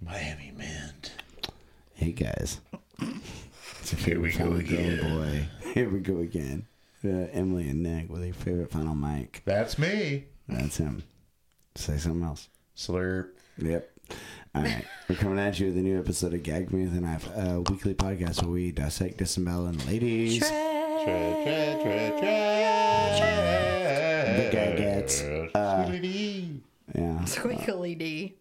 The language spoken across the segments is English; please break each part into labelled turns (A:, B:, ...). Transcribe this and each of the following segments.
A: Miami Mint.
B: Hey guys, it's your
A: Here we
B: favorite
A: go
B: final
A: again.
B: girl boy. Here we go again. Uh, Emily and Nick with your favorite final mic.
A: That's me.
B: That's him. Say something else.
A: Slurp.
B: Yep. All right. We're coming at you with a new episode of Gag Me with a Knife, a weekly podcast where we dissect, disembowel, and ladies.
A: Tra, tra, tra, tra.
B: The guy gets,
A: uh, Sweetie.
B: Yeah.
C: Squiggly D.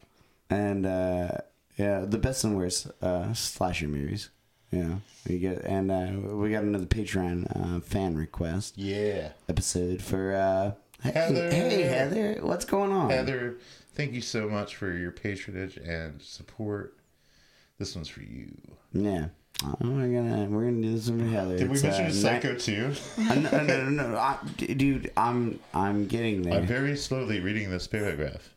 B: And, uh, yeah, the best and worst uh, slasher movies. Yeah. We get, and uh, we got another Patreon uh, fan request
A: yeah.
B: episode for. Uh, Hey
A: Heather.
B: hey, Heather, what's going on?
A: Heather, thank you so much for your patronage and support. This one's for you.
B: Yeah. Oh, we're gonna we're gonna do this one for Heather.
A: Did we
B: It's,
A: mention
B: uh,
A: a Psycho too?
B: ni- uh, no, no, no, no, no. I, d- dude, I'm I'm getting there.
A: I'm very slowly reading this paragraph.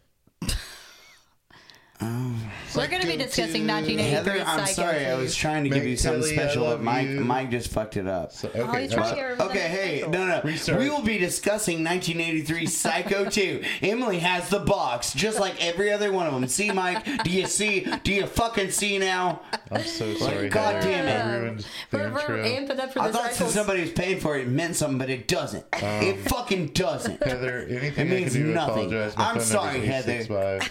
C: We're going to be discussing 1983
B: Heather, I'm sorry. I was trying to give you something
A: Tilly, I
B: special,
A: love
B: but Mike
A: you.
B: Mike just fucked it up.
A: So,
C: Oh,
A: okay,
C: he's trying
A: that's-
C: to get rid of
B: Okay,
C: the
B: hey,
C: special.
B: no, no.
A: Restart.
B: We will be discussing 1983 Psycho 2. Emily has the box, just like every other one of them. See, Mike? Do you see? Do you fucking see now?
A: I'm so sorry.
B: God
A: Heather.
B: damn
A: You
B: it.
A: Ruined the
C: We're, we're
A: intro.
C: amped up for
B: I
C: this.
B: thought since somebody was paying for it, it meant something, but it doesn't.
A: Oh.
B: it fucking doesn't.
A: Heather, anything
B: It
A: I
B: means
A: can do to
B: nothing.
A: apologize. My
B: I'm sorry, Heather.
A: Six five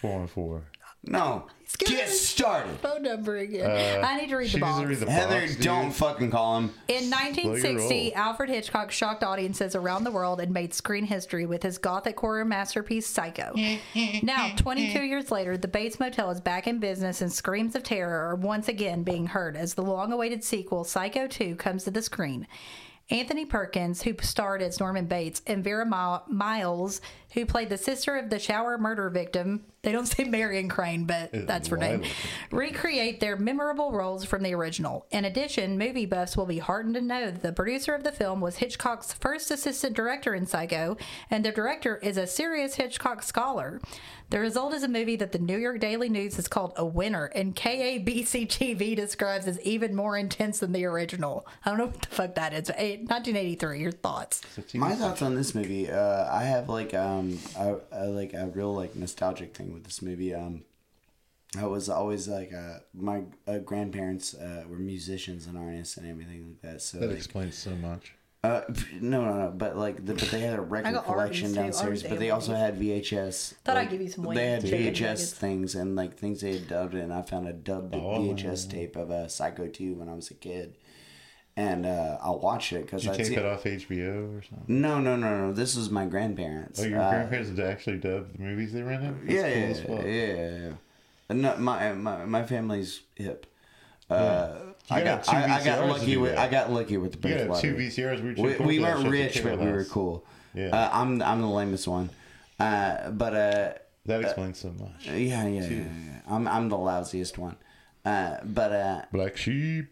A: four one four.
B: No.
C: giving
B: Get
C: us-
B: started.
C: phone number again. I need to read
A: Uh, She
C: the
A: needs
C: box.
A: to read the
B: Heather,
A: box. dude.
B: don't fucking call him.
C: In
A: roll.
C: 1960, Alfred Hitchcock shocked audiences around the world and made screen history with his gothic horror masterpiece Psycho. now, 22 years later, the Bates Motel is back in business and screams of terror are once again being heard as the long-awaited sequel Psycho 2 comes to the screen. Anthony Perkins, who starred as Norman Bates, and Vera Mi- Miles, who played the sister of the shower murder victim. They don't say Marion Crane, but that's her name.
A: wild.
C: Recreate their memorable roles from the original. In addition, movie buffs will be heartened to know that the producer of the film was Hitchcock's first assistant director in Psycho, and the director is a serious Hitchcock scholar. The result is a movie that the New York Daily News has called a winner, and KABC TV describes as even more intense than the original. I don't know what the fuck that is. but, eh, 1983, your thoughts?
B: My thoughts on this movie, uh, I have like um, a, a, like a real like nostalgic thing with this movie. Um, I was always like uh, my uh, grandparents uh, were musicians and artists and everything like that. So
A: That
B: like,
A: explains so much.
B: uh, pff, no, no, no. But like, the, but they had a record
C: got
B: collection
C: Arby's, too.
B: downstairs.
C: Arby's
B: But they
C: and
B: also had VHS.
C: Thought I'd
B: like,
C: give you some
B: They
C: wings,
B: had
C: chicken
B: VHS
C: nuggets.
B: things and like things they had dubbed, it, and I found a dubbed
A: Oh,
B: VHS tape of a Psycho Two when I was a kid, and uh, I watched it because
A: Did
B: I
A: you tape it off HBO or something?
B: No, no, no, no. This was my grandparents.
A: Oh, your
B: Uh,
A: grandparents did actually dub the movies they rented? That's
B: yeah, yeah,
A: cool as fuck.
B: yeah, yeah, yeah. And No, my my my family's hip. Uh,
A: You
B: I
A: got
B: got
A: two
B: I, I
A: VCRs
B: got
A: to
B: lucky
A: do
B: with
A: that.
B: I got lucky with the
A: You
B: birth
A: got two
B: lottery.
A: VCRs. We,
B: We,
A: took
B: we
A: both of that shit to
B: weren't rich,
A: Taylor
B: but we were
A: House.
B: cool.
A: Yeah.
B: Uh, I'm I'm the lamest one, uh, but uh,
A: That explains so much.
B: yeah, yeah, yeah, yeah, yeah. I'm I'm the lousiest one, uh, but uh,
A: Black sheep.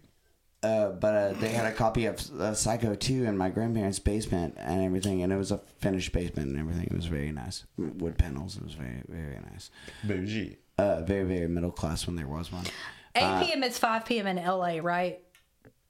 B: uh, but uh, they had a copy of uh, Psycho 2 in my grandparents' basement and everything, and it was a finished basement and everything. It was very nice. Wood panels. It was very, very nice.
A: Bougie.
B: Uh, very, very middle class when there was one.
C: 8 p.m. is 5 p.m. in LA, right?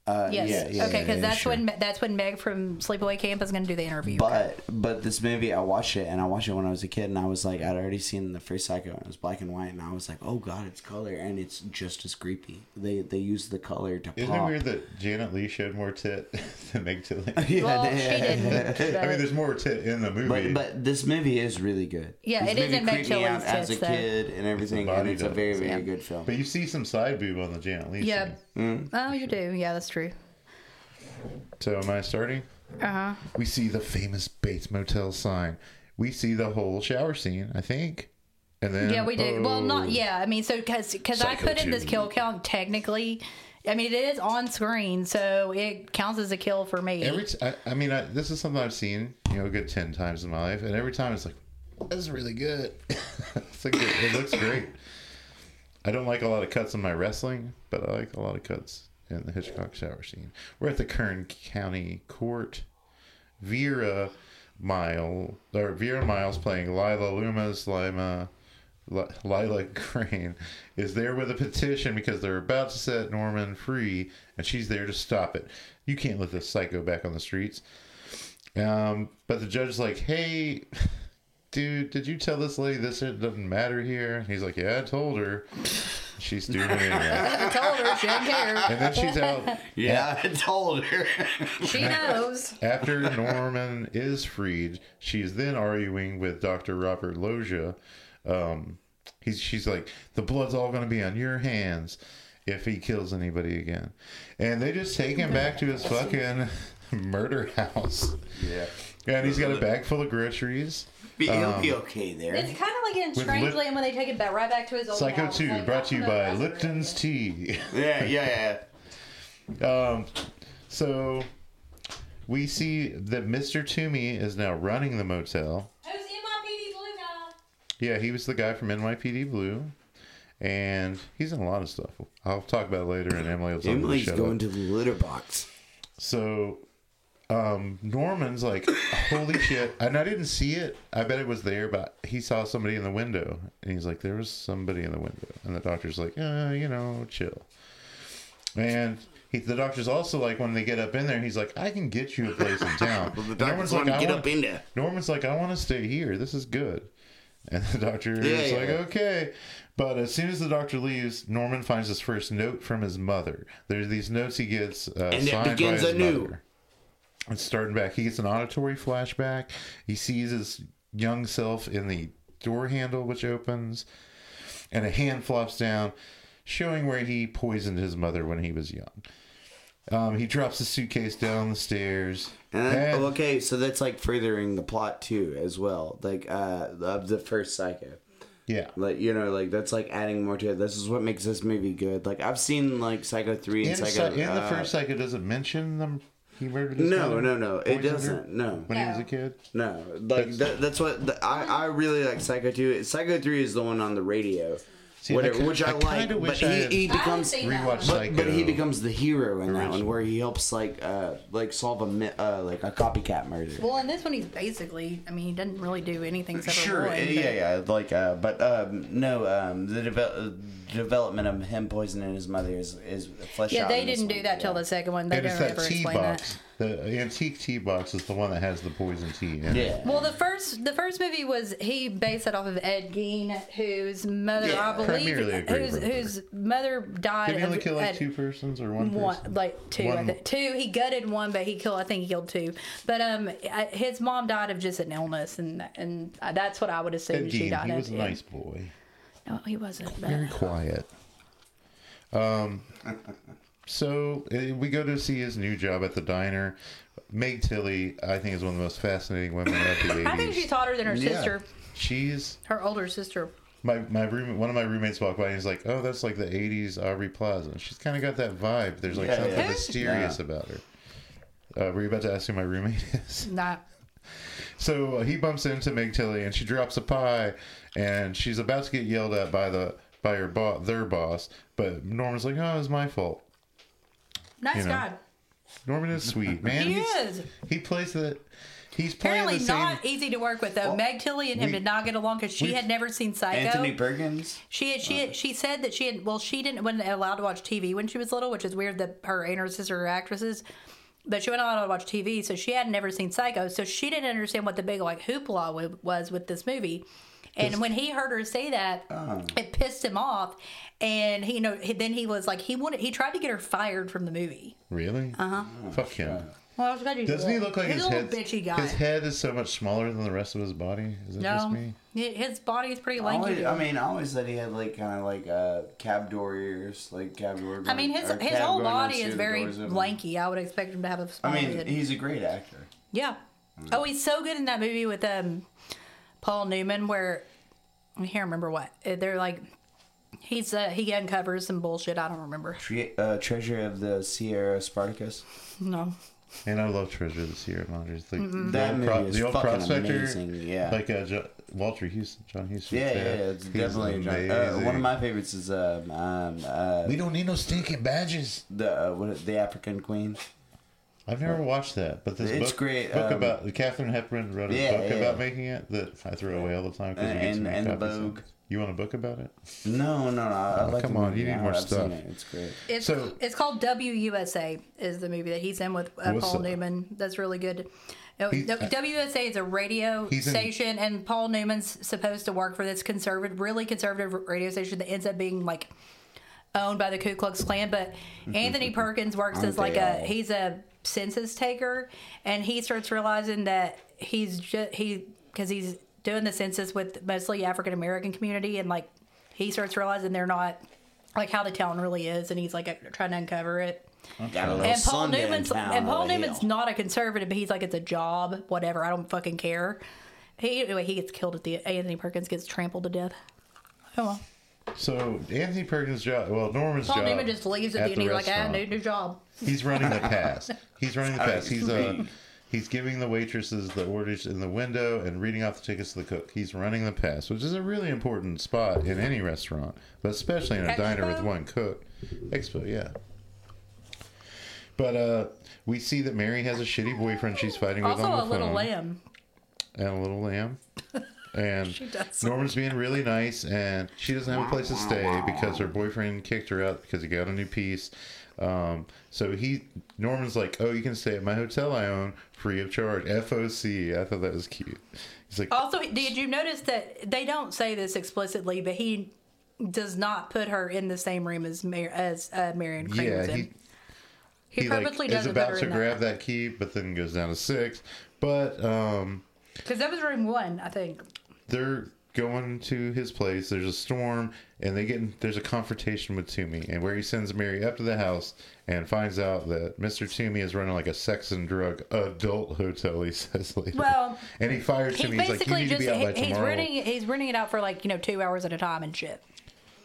B: Uh,
C: Yes.
B: Yeah, yeah,
C: okay,
B: yeah,
C: because
B: yeah,
C: that's
B: sure.
C: when Me- that's when Meg from Sleepaway Camp is going to do the interview.
B: But but this movie, I watched it and I watched it when I was a kid, and I was like, I'd already seen the first Psycho, and it was black and white, and I was like, oh god, it's color, and it's just as creepy. They they use the color to
A: Isn't
B: pop.
A: it weird that Janet Lee showed more tit than Meg Tilly?
B: Yeah,
C: well,
B: they-
C: she didn't.
A: I mean,
C: but-
A: there's more tit in the movie.
B: But but this movie is really good.
C: Yeah,
B: this
C: it is
B: movie
C: in Meg
B: creeped me out
C: Tilly's
B: as a
C: tits, though.
B: kid and everything,
A: body
B: and it's a
A: does.
B: very very good film.
A: But you see some side boob on the Janet Lee.
C: yeah.
A: scene.
C: oh, you do. Yeah, that's true.
A: So am I starting?
C: Uh huh.
A: We see the famous Bates Motel sign. We see the whole shower scene, I think. And then
C: Yeah, we do. Well,
A: oh,
C: not yeah. I mean, so because I
A: Psycho
C: put in this
A: two.
C: kill count technically. I mean, it is on screen, so it counts as a kill for me.
A: Every t- I, I mean, I, this is something I've seen, you know, a good ten times in my life, and every time it's like, "This is really good." it's like it, it looks great. I don't like a lot of cuts in my wrestling, but I like a lot of cuts in the Hitchcock shower scene. We're at the Kern County Court. Vera Mile or Vera Miles playing Lila Loomis, Lima, Li- Lila Crane is there with a petition because they're about to set Norman free, and she's there to stop it. You can't let this psycho back on the streets. Um, but the judge's like, "Hey, dude, did you tell this lady this shit doesn't matter here? And he's like, yeah, I told her. She's doing it anyway.
C: I told her she didn't care.
A: And then she's out
B: Yeah, I told her.
C: She knows.
A: After Norman is freed, she's then arguing with Dr. Robert Loja. Um, he's, she's like, the blood's all going to be on your hands if he kills anybody again. And they just take him back to his fucking murder house.
B: yeah. Um,
A: And he's got a bag full of groceries.
B: Be, will be okay there.
C: It's kind of like in Strangeland
A: Lip-
C: when they take it back right back to his old
A: Psycho
C: house.
A: 2,
C: Like,
A: brought to you
C: that's
A: by
C: another
A: Lipton's
C: restaurant.
A: Tea.
B: Yeah, yeah, yeah.
A: Um, so we see that Mr. Toomey is now running the motel.
C: Who's NYPD Blue guy?
A: Yeah, he was the guy from NYPD Blue, and he's in a lot of stuff. I'll talk about it later, and Emily will tell me to
B: Emily's
A: shut
B: going
A: up.
B: to the litter box.
A: So, um, Norman's like, "Holy shit!" And I didn't see it. I bet it was there, but he saw somebody in the window, and he's like, "There was somebody in the window." And the doctor's like, uh, "You know, chill." And he, the doctor's also like, when they get up in there, he's like, "I can get you a place in town."
B: The
A: Norman's
B: doctor's
A: like,
B: want to
A: "I
B: get
A: wanna-
B: up in there.
A: Norman's like, I want to stay here. This is good. And the doctor
B: Yeah,
A: is
B: yeah.
A: like, okay. But as soon as the doctor leaves, Norman finds his first note from his mother. There's these notes he gets uh,
B: And it
A: signed
B: begins
A: by his
B: anew.
A: mother. It's starting back. He gets an auditory flashback. He sees his young self in the door handle, which opens, and a hand flops down, showing where he poisoned his mother when he was young. Um, he drops the suitcase down the stairs.
B: And then,
A: And-
B: oh, okay, so that's like furthering the plot too, as well. Like uh, of the first Psycho.
A: yeah.
B: Like you know, like that's like adding more to it. This is what makes this movie good. Like I've seen like Psycho three and
A: in,
B: Psycho.
A: Psy- in the
B: uh,
A: first Psycho, does it mention them? He murdered his
B: No,
A: mother?
B: no, no, it
A: Poisoned her
B: doesn't. No,
A: When he was a kid,
B: no. Like that, that's what the, I I really like Psycho two. Psycho three is the one on the radio,
A: I
B: whatever,
A: ki-
B: which I,
A: I
B: like.
A: kinda
B: But
A: wish
B: he,
A: I had-
B: he
C: I haven't
B: becomes
C: seen that
A: rewatch
C: one.
A: Psycho.
B: But he becomes the hero in that one,
A: Original.
B: where he helps like uh like solve a mi- uh like a copycat murder.
C: Well, in this one, he's basically, I mean, he doesn't really do anything except for
B: Sure,
C: one,
B: uh,
C: but-
B: yeah, yeah, like, uh, but um, no, um, the devel- uh, development of him poisoning his mother is is fleshed
C: Yeah,
B: out
C: they
B: in this
C: didn't
B: one,
C: do that till
B: yeah.
C: the second one. They
A: and it's
C: don't
A: that
C: ever
A: tea
C: explain that.
A: box. The antique tea box is the one that has the poison tea. In it.
B: Yeah,
C: Well, the first the first movie was he based it off of Ed Gein, whose mother
B: Yeah.
C: I believe
A: Primarily a great
C: whose
A: brother.
C: whose mother died.
A: Did he only
C: of-
A: kill like
C: at-
A: two persons or one?
C: one,
A: person?
C: like two, I
A: One-
C: think. two. He gutted one, but he killed. I think he killed two. But um, I, his mom died of just an illness, and and that's what I would assume
A: Ed
C: she
A: Gein,
C: died
A: he
C: of.
A: was a
C: yeah.
A: nice boy.
C: No, he wasn't. but-
A: Very quiet. Um. So uh, we go to see his new job at the diner. Meg Tilly, I think, is one of the most fascinating women of the 80s.
C: I think she's hotter than her
A: Yeah.
C: sister,
A: She's
C: her older sister.
A: My my room one of my roommates walked by and he's like, "Oh, that's like the '80s Aubrey Plaza." And she's kind of got that vibe. There's like
B: Yeah,
A: something
B: yeah.
A: mysterious about her. Uh, were you about to ask who my roommate is?
C: Not
A: So uh, he bumps into Meg Tilly and she drops a pie, and she's about to get yelled at by the by her bo- their boss. But Norman's like, "Oh, it's my fault."
C: nice
A: You know.
C: God.
A: Norman is sweet, man.
C: He
A: he's-
C: is.
A: He plays the. He's playing
C: Apparently
A: the same.
C: not easy to work with though. Meg Tilly and him
A: we-
C: did not get along because she
A: we-
C: had never seen Psycho.
B: Anthony Perkins.
C: She had, she had, she said that she had well she didn't wasn't allowed to watch TV when she was little, which is weird that her and her sister are actresses, but she wasn't allowed to watch TV, so she had never seen Psycho, so she didn't understand what the big like hoopla w- was with this movie. And when he heard her say that,
A: Uh.
C: it pissed him off, and he you know he- then he was like he wanted he tried to get her fired from the movie.
A: really? Uh huh. Fuck him.
C: Well, I was glad you
A: Doesn't he look like
C: He's
A: his
C: a Uh-huh. little
A: head?
C: bitchy guy?
A: His head is so much smaller than the rest of his body. Is it just
C: no,
A: me?
C: Hi- his body is pretty
B: I,
C: lanky.
B: always, I mean, I always thought he had like kind of like uh, cab door ears, like cab door.
C: I mean, his
B: or
C: his
B: cab
C: whole
B: going on
C: body
B: through
C: is
B: the
C: very
B: doors of-
C: lanky. I would expect him to have a small
B: I mean, mm.
C: head.
B: he's a great actor.
C: Yeah. Oh, he's so good in that movie with um Paul Newman where I can't remember what. Uh, They're like he's uh, he uncovers some bullshit. I don't remember.
B: Tre- uh, Treasure of the Sierra Spartacus.
C: No.
A: And I love Treasure of the Sierra Madre. It's like
B: That
A: the old,
B: movie
A: pro-
B: is
A: the old
B: fucking
A: prospector,
B: amazing, yeah.
A: like uh, jo- Walter Houston, John Houston.
B: Yeah, yeah, yeah it's definitely a John. Uh, one of my favorites is um, um uh,
A: We don't need no stinking badges.
B: the uh, what, the African Queen.
A: I've never watched that, but this
B: It's
A: book,
B: great,
A: book
B: um,
A: about Catherine Hepburn wrote a
B: Yeah,
A: book
B: yeah.
A: about making it that I throw away all the time because we get
B: And-
A: too many
B: and
A: copies.
B: Vogue.
A: You want a book about it?
B: No, no, no. I, I
A: Oh,
B: like
A: come
B: the
A: on,
B: movie
A: you need
B: now.
A: more
B: I've
A: stuff.
B: seen it. It's great.
C: It's
A: So-
C: it's called WUSA is the movie that he's in with uh, Paul
A: Wussa.
C: Newman. That's really good. No,
A: He's-
C: no, WSA is a radio
A: uh, He's in-
C: station, and Paul Newman's supposed to work for this conservative, really conservative radio station that ends up being like owned by the Ku Klux Klan. But
B: Mm-hmm.
C: Anthony Perkins works
B: Aren't
C: as like
B: they
C: a
B: all?
C: he's a census taker, and he starts realizing that he's just he because he's doing the census with mostly African American community, and like he starts realizing they're not like how the town really is, and he's like uh, trying to uncover it.
B: Got a little
C: And Paul
B: Sunday in
C: Newman's
B: town
C: and Paul
B: over here.
C: Newman's not a conservative, but he's like it's a job, whatever. I don't fucking care. He anyway, he gets killed at the Anthony Perkins gets trampled to death. Oh well,
A: So Anthony Perkins' job, well, Norman's
C: Paul
A: job.
C: Newman just leaves at, the end. He's like, I
A: restaurant.
C: need a new job.
A: He's running the pass. He's running the pass. He's uh,
B: Sweet.
A: he's giving the waitresses the orders in the window and reading off the tickets to the cook. He's running the pass, which is a really important spot in any restaurant, but especially in a diner with
C: Expo?
A: one cook. Expo, yeah. But uh, we see that Mary has a shitty boyfriend she's fighting with
C: also,
A: on the
C: a little
A: phone,
C: lamb.
A: and a little lamb. And
C: does.
A: Norman's being really nice, and she doesn't have a place to stay because her boyfriend kicked her out because he got a new piece. Um, so he Norman's like, "Oh, you can stay at my hotel I own free of charge." FOC. I thought that was cute. He's like,
C: Also, did you notice that they don't say this explicitly, but he does not put her in the same room as Mar- as uh, Marion
A: "Yeah."
C: Kramer's in.
A: He,
C: He,
A: he like
C: purposely
A: is
C: doesn't put
A: about
C: her
A: to
C: in
A: grab
C: that
A: that key, but then goes down to six. But um,
C: because that was room one, I think.
A: they're going to his place. There's a storm, and they get in, there's a confrontation with Toomey, and where he sends Mary up to the house and finds out that Mr. Toomey is running like a sex and drug adult hotel. He says later.
C: Well,
A: and he fires
C: He's
A: Toomey. He's like, "You
C: basically
A: need to
C: just
A: be out by
C: he- he's
A: tomorrow."
C: running he's running it out for like you know two hours at a time and shit.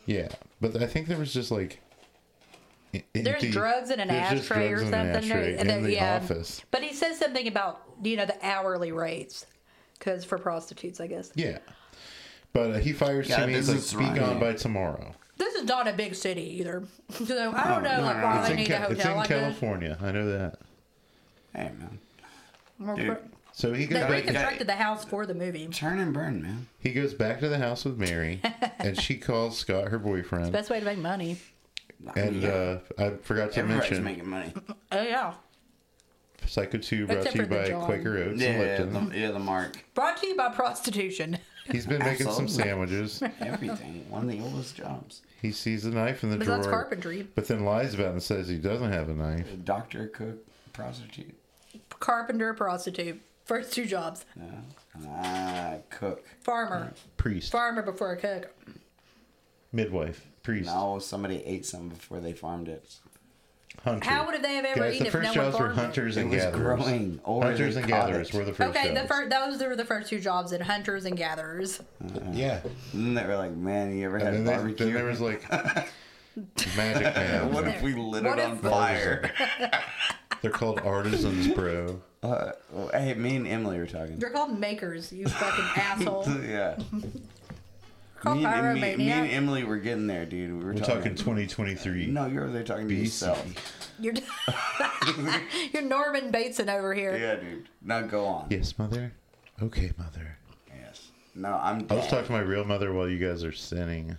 A: Yeah, but I think there was just like. e-
C: There's
A: empty-
C: drugs in an
A: there's just
C: ashtray or
A: drugs in
C: something.
A: an ashtray
C: and
A: in
C: then-
A: the
C: yeah.
A: office.
C: But he says something about you know the hourly rates because for prostitutes, I guess
A: Yeah, but uh, he fires
B: Yeah,
A: Toomey. He's like,
B: this is
A: "Be
B: right.
A: gone by tomorrow."
C: this is not a big city either. So I don't know like why
A: It's
C: they
A: in,
C: need a
A: Ca- it's in
C: hotel like this.
A: California. I know that.
B: Hey man,
C: More
B: Dude.
C: pro-
A: So he goes
C: They
A: back.
C: reconstructed the house for the movie.
B: turn and burn, man.
A: He goes back to the house with Mary, and she calls Scott her boyfriend.
C: Best way to make money.
A: And
B: Yeah.
A: uh, I forgot to
B: everybody's
A: mention
B: making money.
C: Oh yeah.
A: Psycho 2 brought
C: Except
A: to you
C: for the
A: by
C: John.
A: Quaker Oats
B: Yeah,
A: and
B: yeah,
A: Lipton.
B: the, yeah, the mark.
C: Brought to you by prostitution.
A: He's been making some
B: Absolutely.
A: sandwiches.
B: Everything. One of the oldest jobs.
A: He sees a knife in the
C: But
A: drawer,
C: that's carpentry.
A: but then lies about it and says he doesn't have a knife.
B: A doctor, cook, prostitute.
C: Carpenter, prostitute. First two jobs.
B: No. Ah, cook.
C: Farmer.
A: Priest,
C: Farmer before a cook.
A: midwife, priest,
B: No, somebody ate some before they farmed it.
A: hunter.
C: How would they have ever
A: Guys,
C: eaten
A: the
C: if
A: first
C: no one
A: jobs were
C: farmed it?
A: hunters
B: It
A: and
B: was
A: gatherers.
B: growing, or
A: Hunters
B: they
A: and
B: caught
A: gatherers
B: it.
A: were the first
C: Okay,
A: jobs.
C: the first those were the first two jobs in hunters and gatherers.
A: yeah.
B: And then they were like, man, you ever had
A: And then, they,
B: barbecue?
A: then there was like Magic Man.
B: what if we lit
C: What
B: it
C: if-
B: on fire?
A: They're called artisans, bro.
B: Uh, well, hey, me and Emily were talking.
C: They're called makers, you fucking asshole. They're
B: yeah.
C: called
B: Me and, me, me and
C: pyromaniac.
B: Emily were getting there, dude. We were
A: We're talking 2023.
B: No, you were there talking to
A: BC.
B: yourself.
C: You're, you're Norman Bateson over here.
B: Yeah, dude. Now go on.
A: Yes, mother. Okay, mother.
B: Yes. No, I'm
A: I was
B: dead.
A: talking to my real mother while you guys are sinning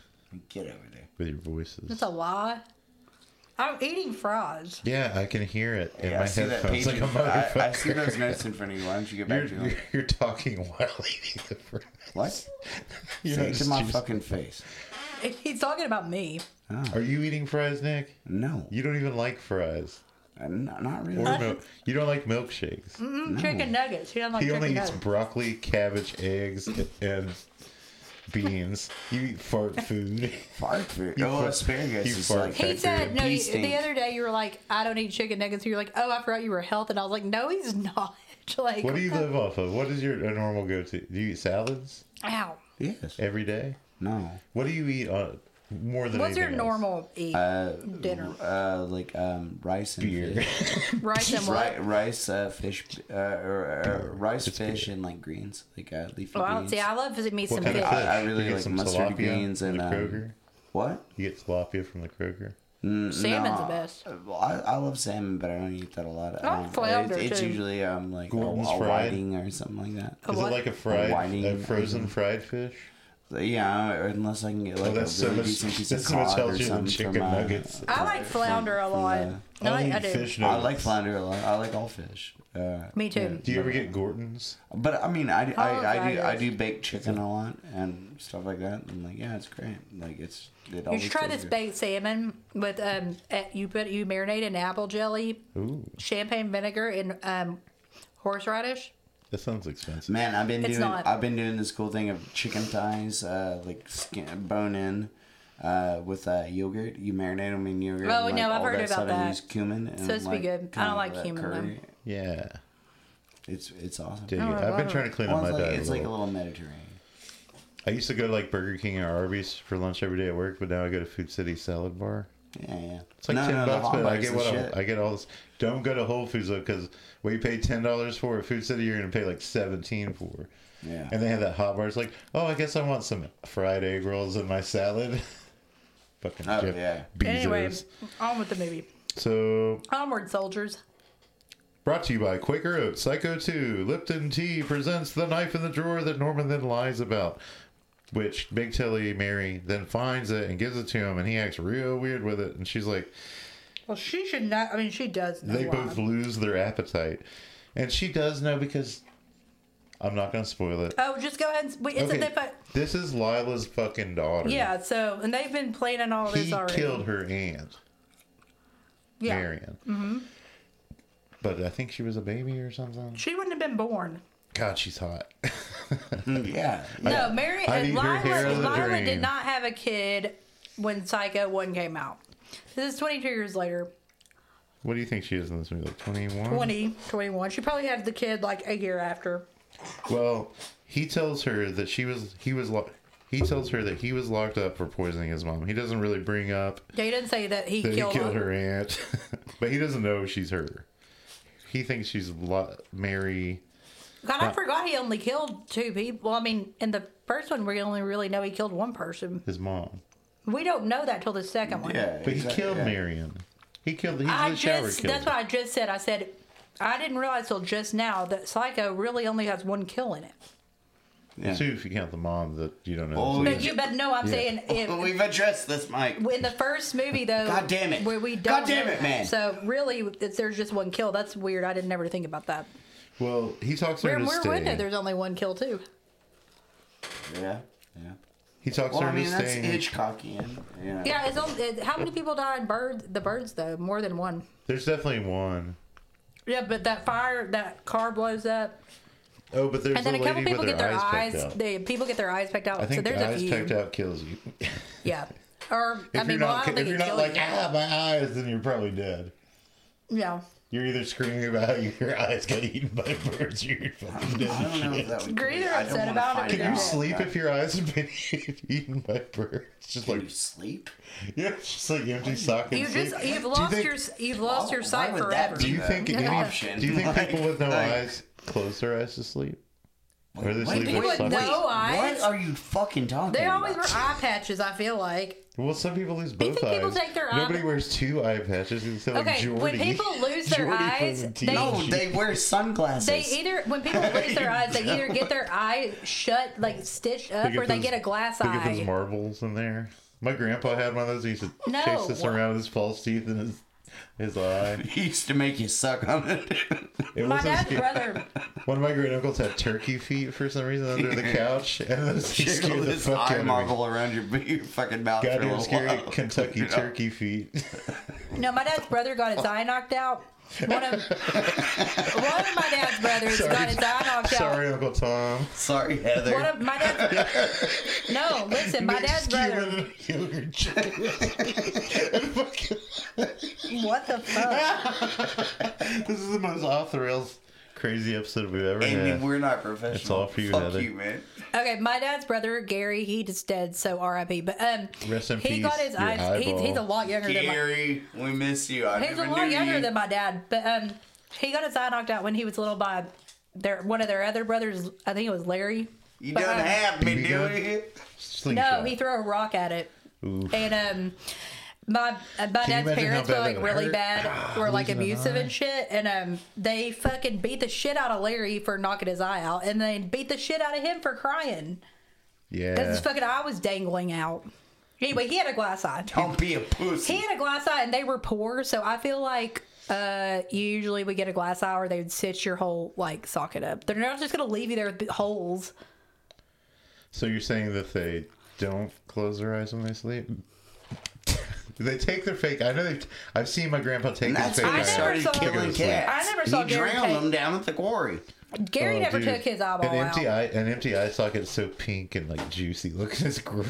B: Get over there.
A: with your voices.
C: That's a lie. I'm eating fries.
A: Yeah, I can hear it in
B: Yeah,
A: my
B: I see that
A: headphones
B: page.
A: like a
B: in front- I, I see
A: motherfucker.
B: those notes in front of you. Why don't you go back
A: You're,
B: to them?
A: you're, you're talking while eating the fries.
B: What?
A: You're
B: Say
A: not
B: it to my
A: just-
B: fucking face.
C: He's talking about me.
A: Are you eating fries, Nick?
B: No.
A: You don't even like fries.
B: Uh, no not really.
A: Or milk. You don't like milkshakes.
C: Mm, Chicken nuggets. He doesn't like
A: He
C: chicken
A: only eats
C: nuggets.
A: broccoli, cabbage, eggs, and beans. You eat fart food.
B: Fart food.
A: You
B: oh,
A: fart-
B: asparagus
A: you
B: is
A: fart
B: like.
A: food.
C: he said no.
B: Bee
C: You,
B: stink.
C: the other day you were like, I don't eat chicken nuggets. You're like, oh, I forgot you were health, and I was like, no, he's not. like,
A: What do you live off of? What is your a normal go-to? Do you eat salads
C: Ow.
B: Yes.
A: every day?
B: No.
A: What do you eat on more than
C: What's your
A: anything else?
C: normal eat dinner?
B: Uh, like um, rice and
A: beer?
B: fish.
C: Rice and what?
B: Ri- rice, uh, fish, uh, or, or rice, fish, and like greens, like uh, leafy
C: Well, I don't
B: greens.
C: see, I love to me some
A: kind of
C: fish.
A: fish?
B: I, I
A: You
B: really
A: get
B: like
A: some
B: mustard
A: tilapia
B: greens
A: from
B: and
A: the
B: um,
A: Kroger?
B: what?
A: You get tilapia from the Kroger.
C: Salmon's
B: No,
C: the best.
B: Well, Uh, I, I love salmon, but I don't eat that a lot.
C: I like
B: Um,
C: flounder,
B: it's, it's
C: too.
B: usually um like a,
A: Gordon's
B: a
A: fried.
B: whiting or something like that.
C: A
A: Is
C: what?
A: it like a fried,
B: whining
A: a frozen fried fish?
B: Yeah, or unless I can get like a really
A: that's so much.
B: decent piece of
A: That's so much
B: cod or
A: healthier than
B: something
A: chicken
B: for my-
A: nuggets.
C: I like flounder a lot. I, like,
A: need
C: I do.
A: fish
B: I
A: nuggets.
B: like flounder a lot. I like all fish. Uh,
C: Me too.
A: Do you ever get Gortons?
B: But I mean, I,
C: Oh,
B: I, I do I
C: riders.
B: do baked chicken a lot and stuff like that. I'm like, yeah, it's great. Like it's it
C: You
B: always
C: should try
B: feels
C: this
B: good.
C: baked salmon with um. eh, You put you marinate in apple jelly,
A: Ooh,
C: champagne vinegar, and um, horseradish.
A: that sounds expensive.
B: Man, I've been
C: It's
B: doing
C: not.
B: I've been doing this cool thing of chicken thighs, uh, like skin, bone in, uh, with uh, yogurt. You marinate them in yogurt.
C: Oh,
B: and, like,
C: no, I've
B: all
C: heard
B: that
C: about
B: stuff,
C: that.
B: And use cumin. And,
C: Supposed to be
B: like,
C: good. I don't
B: kinda
C: like
B: that
C: cumin, though.
B: curry.
A: Yeah,
B: It's it's awesome.
A: dig it.
C: Oh, I
A: I've been
C: love
A: trying to clean
B: Well,
A: up my
B: it's like,
A: diet.
B: it's
A: a
B: like a
A: little.
B: little Mediterranean.
A: I used to go to like Burger King or Arby's for lunch every day at work, but now I go to Food City Salad Bar.
B: Yeah, yeah.
A: It's like
B: No,
A: ten
B: no, the
A: bucks,
B: hot
A: but I
B: bars
A: get
B: and
A: what I,
B: shit.
A: I get. All this. Don't go to Whole Foods though, because what you pay ten dollars for at Food City, you're gonna pay like seventeen for.
B: Yeah.
A: And they have that hot bar. It's like, oh, I guess I want some fried egg rolls in my salad. Fucking
B: Oh,
A: Jeff
B: yeah.
A: Bezos.
C: Anyway, on with the movie.
A: So
C: Onward, soldiers.
A: Brought to you by Quaker Oats, Psycho 2, Lipton Tea presents The Knife in the Drawer That Norman then lies about, which Big Tilly Mary then finds it and gives it to him, and he acts real weird with it. And she's like,
C: Well, she should not. I mean, she does. Know
A: they
C: why.
A: both lose their appetite. And she does know because I'm not going to spoil it.
C: Oh, just go ahead and wait. Isn't they? But
A: this is Lila's fucking daughter.
C: yeah. So, and they've been planning all
A: He
C: this already.
A: killed her aunt,
C: yeah.
A: Marion. Mm-hmm. But I think she was a baby or something.
C: She wouldn't have been born.
A: God, she's hot.
B: Mm, yeah.
C: No, Mary
A: I
C: and
A: need her hair
C: Lila,
A: in the
C: Lila did
A: dream.
C: not have a kid when Psycho One came out. This is 22 years later,
A: what do you think she is in this movie? Like 21?
C: 20, 21. She probably had the kid like a year after.
A: Well, he tells her that she was he was lo- he tells her that he was locked up for poisoning his mom. He doesn't really bring up
C: Yeah, he didn't say that he
A: that
C: killed,
A: he killed her
C: her.
A: aunt, but he doesn't know she's her. He thinks she's lo- Mary.
C: God,
A: Uh,
C: I forgot he only killed two people. Well, I mean, in the first one, we only really know he killed one person.
A: His mom,
C: We don't know that till the second one.
B: Yeah.
A: but
B: exactly,
A: he killed
B: yeah.
A: Marion. He killed. He's
C: I
A: the shower
C: just
A: killer.
C: that's what I just said. I said I didn't realize till just now that Psycho really only has one kill in it.
B: Yeah.
A: Two, if you count the mom that you don't know.
B: Oh,
A: that's
C: But you but no, I'm saying
B: Well,
C: if,
B: we've addressed this, Mike.
C: in the first movie though.
B: God damn it.
C: Where we
B: God
C: don't
B: damn it, man.
C: So really, if there's just one kill. That's weird. I didn't ever think about that.
A: it. Well, he talks her
C: Where
A: into
C: where
A: staying.
C: window? There's only one kill too.
B: Yeah. Yeah.
A: he talks
B: Well,
A: her
B: I
A: into
B: mean that's
A: staying.
B: Hitchcockian. Yeah.
C: Yeah, it's only, it, how many people died? Bird the birds though, more than one.
A: There's definitely one.
C: Yeah, but that fire, that car blows up,
A: Oh, but there's
C: and then
A: a
C: a couple
A: lady
C: people
A: with her
C: get their eyes.
A: pecked out.
C: They people get their eyes pecked out.
A: I think
C: so there's
A: the
C: a
A: eyes
C: few.
A: pecked out kills you.
C: Yeah. Or
A: If
C: I mean,
A: you're
C: well, I
A: not,
C: don't
A: if
C: think
A: you're
C: it
A: not
C: killed
A: like
C: you.
A: ah my eyes, then you're probably dead.
C: Yeah.
A: You're either screaming about how your eyes got eaten by birds, or you're fucking dead.
B: I don't know if that would.
C: Greer
B: I don't
C: upset
B: wanna
C: about it
B: find
C: or
A: Can you
C: Yeah.
B: out.
A: sleep if your eyes have been eaten by birds? Just
B: Can
A: like
B: you sleep?
A: yeah, just like empty socket.
C: You
A: sleep.
C: just you've
A: Do you
C: lost
A: think-
C: your you've lost
B: Why-
C: your
B: why
C: sight
B: would that
C: forever.
A: Do you
B: Yeah.
A: think any,
B: Option.
A: Do you think
B: Like-
A: people with no
B: like-
A: eyes close their eyes to sleep, or they
B: What?
A: sleep
C: People
A: with
C: with
A: socket?
C: no eyes?
B: What are you fucking talking
C: They
B: about?
C: always wear eye patches. I feel like
A: Well, some people lose both
C: think
A: eyes.
C: people take their eye-
A: Nobody wears two eye patches except like
C: okay.
A: Oh, Jordy.
C: When people lose their
A: Jordy
C: eyes,
A: fucking
C: they
A: teaches
B: no,
A: you.
B: they wear sunglasses.
C: they either when people lose their eyes, they either get their eye shut like stitched up, or they
A: those-
C: get a glass
A: they
C: eye.
A: Get those marbles in there. My grandpa had one of those. He used to
C: No.
A: chase this around with his false teeth in his his eye.
B: He used to make you suck on it.
A: It
C: My
A: was his-
C: dad's brother.
A: One of my great uncles had turkey feet for some reason under the couch, and those things
B: Jiggle
A: scared the
B: this
A: fuck
B: eye
A: out of me.
B: marble around your, your fucking mouth for a
A: Goddamn
B: little
A: scary
B: while.
A: Kentucky
B: You know?
A: turkey feet.
C: No, my dad's brother got his eye knocked out. One of one of my dad's brothers got his eye knocked out.
A: Sorry, Uncle Tom.
B: Sorry, Heather.
C: One of my dad's no, listen, my dad's brother.
A: Yogurt chicken.
C: What the fuck?
A: This is the most off the rails crazy episode we've ever
B: Amy,
A: had.
B: we're not professional.
A: It's all for you,
B: Fuck
A: Heather.
B: you, man.
C: Okay, my dad's brother Gary, he just dead, so R.I.P. But um,
A: Rest in
C: he
A: peace,
C: got his
A: your
C: eyes. He's, he's a
A: eyeball.
C: lot younger than my.
B: Gary, we miss you. I
C: He's a
B: never
C: lot
B: knew
C: younger
B: you.
C: than my dad, but um, he got his eye knocked out when he was little by their one of their other brothers. I think it was Larry.
B: You
C: But,
B: don't
C: um,
B: have me
A: BB gun?
B: doing it.
A: Slingshot.
C: No, he threw a rock at it,
A: Oof.
C: and um. My uh, my
A: you
C: dad's
A: imagine how
C: parents
A: bad
C: were like
A: that
C: really
A: hurt? Ah,
C: bad, were like
A: losing an
C: abusive
A: eye.
C: and shit, and um they fucking beat the shit out of Larry for knocking his eye out, and then beat the shit out of him for crying.
A: Yeah.
C: because his fucking eye was dangling out. Anyway, he had a glass eye.
B: Don't be a pussy.
C: He had a glass eye, and they were poor, so I feel like uh, you usually would get a glass eye, or they would stitch your whole like socket up. They're not just gonna leave you there with b- holes.
A: So you're saying that they don't close their eyes when they sleep? Do they take their fake? I know they've. I've seen my grandpa take
B: And
A: his
B: that's
A: fake.
B: when he
A: eye out.
B: started
C: saw-
B: killing
A: I
B: cats.
C: never saw
B: He
C: Gary
B: drowned
C: Tate.
B: them down at the quarry.
C: Gary
A: Oh,
C: never
A: dude.
C: took his eyeball
A: An empty
C: out.
A: eye, an empty eye socket is so pink and like juicy looking. It's gross.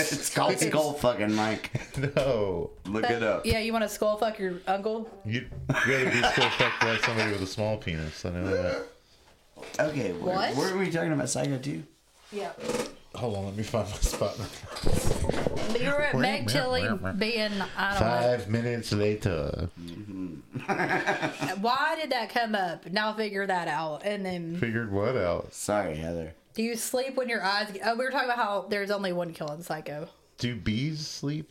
B: It's called skull fucking, Mike.
A: no,
B: Look
C: That-
B: it up.
C: Yeah, you want to skull fuck your uncle?
A: you'd rather be still fucked by somebody with a small penis. I know that.
B: Okay, where,
C: What?
B: where are we talking about Psycho 2?
C: Yeah.
A: Hold on, let me find my spot.
C: But you're at Meg Tilly being I
A: Five minutes later,
C: don't know. Why did that come up? Now figure that out. And then
A: figured what out?
B: Sorry, Heather.
C: do you sleep when your eyes? Oh, we were talking about how there's only one kill in Psycho.
A: Do bees sleep?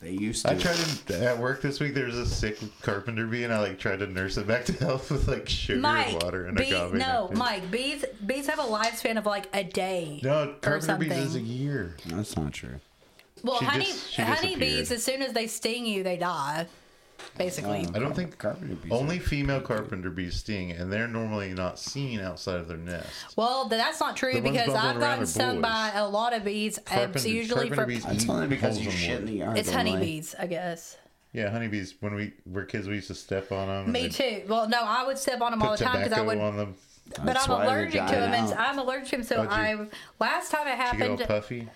B: They used to.
A: I tried to at work this week. There was a sick carpenter bee, and I like tried to nurse it back to health with like sugar
C: Mike,
A: and water and
C: bee,
A: agave.
C: no,
A: nectar.
C: Mike, bees bees have a lifespan of like a day.
A: No, carpenter bees is a
C: something.
A: year.
B: That's not true.
C: well,
A: she
C: honey
A: just- she
C: honeybees,
A: disappeared.
C: as soon as they sting you, they die. Basically,
A: I don't think
B: Carpenter bees
A: only female carpenter bees sting, and they're normally not seen outside of their nest.
C: well, th- that's not true
A: The ones
C: because
A: bubbling
C: I've
A: around
C: gotten
A: are
C: stung
A: boys.
C: by a lot of bees. and
A: Carpenter-
C: usually
A: carpenter
C: for
A: bees
B: That's
A: eat
B: only because
A: holes
B: you
A: in
B: shit in
A: wood.
B: the yard.
C: it's
B: Emily.
C: honeybees, I guess.
A: Yeah, honeybees. When we were kids, we used to step on them.
C: Me too. Well, no, I would step on them all
A: Put
C: the time because I
A: tobacco
C: would.
A: on them.
C: But
B: That's
C: I'm
B: why they
C: allergic
B: die
C: to him, and
B: out.
C: I'm allergic to him. So
A: you-
C: I last time it
A: You get all
C: happened,
A: puffy.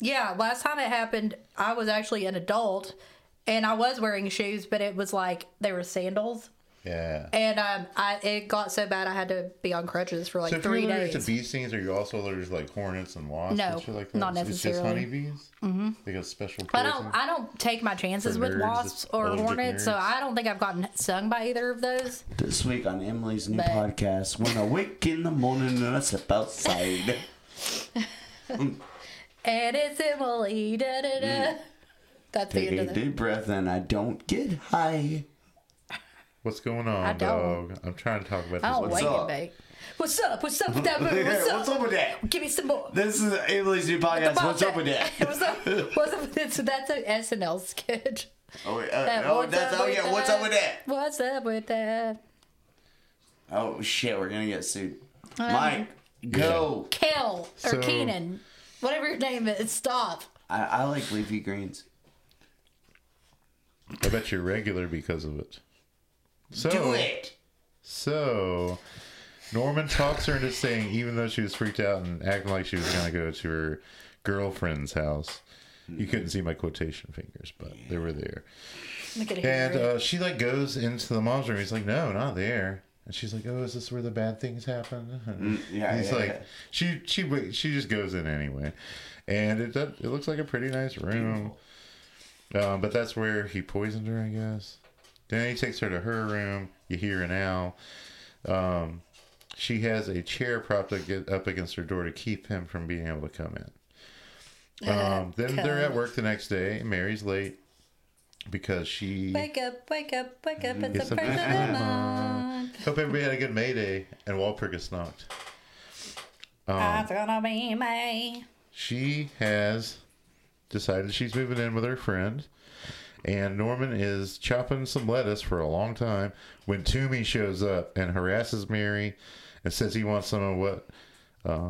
C: yeah, last time it happened, I was actually an adult, and I was wearing shoes, but it was like they were sandals,
A: Yeah.
C: and um, I it got so bad I had to be on crutches for like
A: so if
C: three
A: you're allergic
C: days.
A: to bee stings, are you also allergic to like hornets and wasps?
C: No,
A: and shit like that?
C: not
A: It's just
C: necessarily.
A: honeybees. Mm-hmm. They got special.
C: I
A: Poison.
C: don't. I don't take my chances
A: For nerds,
C: with wasps
A: it's
C: or
A: allergic
C: hornets, so
A: nerds.
C: I don't think I've gotten stung by either of those.
B: This week on Emily's new
C: But-
B: podcast, when I wake in the morning and I step outside.
C: And it's Emily. Da, da, da. That's the
B: Take
C: end
B: a
C: of it.
B: deep breath and I don't get high.
A: What's going on,
C: I don't.
A: dog? I'm trying to talk about this.
C: I don't
B: What's
C: wake it,
B: up?
C: babe. What's up? What's up with that movie? What's up?
B: with that?
C: Give me some more.
B: This is Emily's new podcast.
C: Come on,
B: What's up with that?
C: what's up? What's up with that? So that's an SNL sketch.
B: Oh, wait, uh,
C: That
B: oh,
C: what's
B: that's,
C: up
B: oh
C: with
B: yeah. What's up with that?
C: What's up with that?
B: Oh shit, we're gonna get sued. Mike, go.
C: Kel or
A: So-
C: Keenan, whatever your name is. Stop.
B: I, I like leafy greens.
A: I bet you're regular because of it. So,
B: Do it.
A: So, Norman talks her into staying, even though she was freaked out and acting like she was going to go to her girlfriend's house. You couldn't see my quotation fingers, but they were there.
C: Look at
A: And
C: here.
A: uh, she like goes into the mom's room. He's like, "No, not there." And she's like, "Oh, is this where the bad things happen?" And
B: yeah,
A: he's
B: yeah,
A: like,
B: yeah.
A: "She she wa- she just goes in anyway," and it does, it looks like a pretty nice room. Um, but that's where he poisoned her, I guess. Then he takes her to her room. You hear an owl. Um, she has a chair propped ag- up against her door to keep him from being able to come in. Um, then they're at work the next day. Mary's late because she
C: wake up, wake up, wake up. It's
A: It's
C: the
A: a
C: first of
A: big
C: the month.
A: Hope everybody had a good May Day and Walpert gets knocked. Oh.
C: It's gonna be May.
A: She has decided she's moving in with her friend, and Norman is chopping some lettuce for a long time when Toomey shows up and harasses Mary and says he wants some of what um,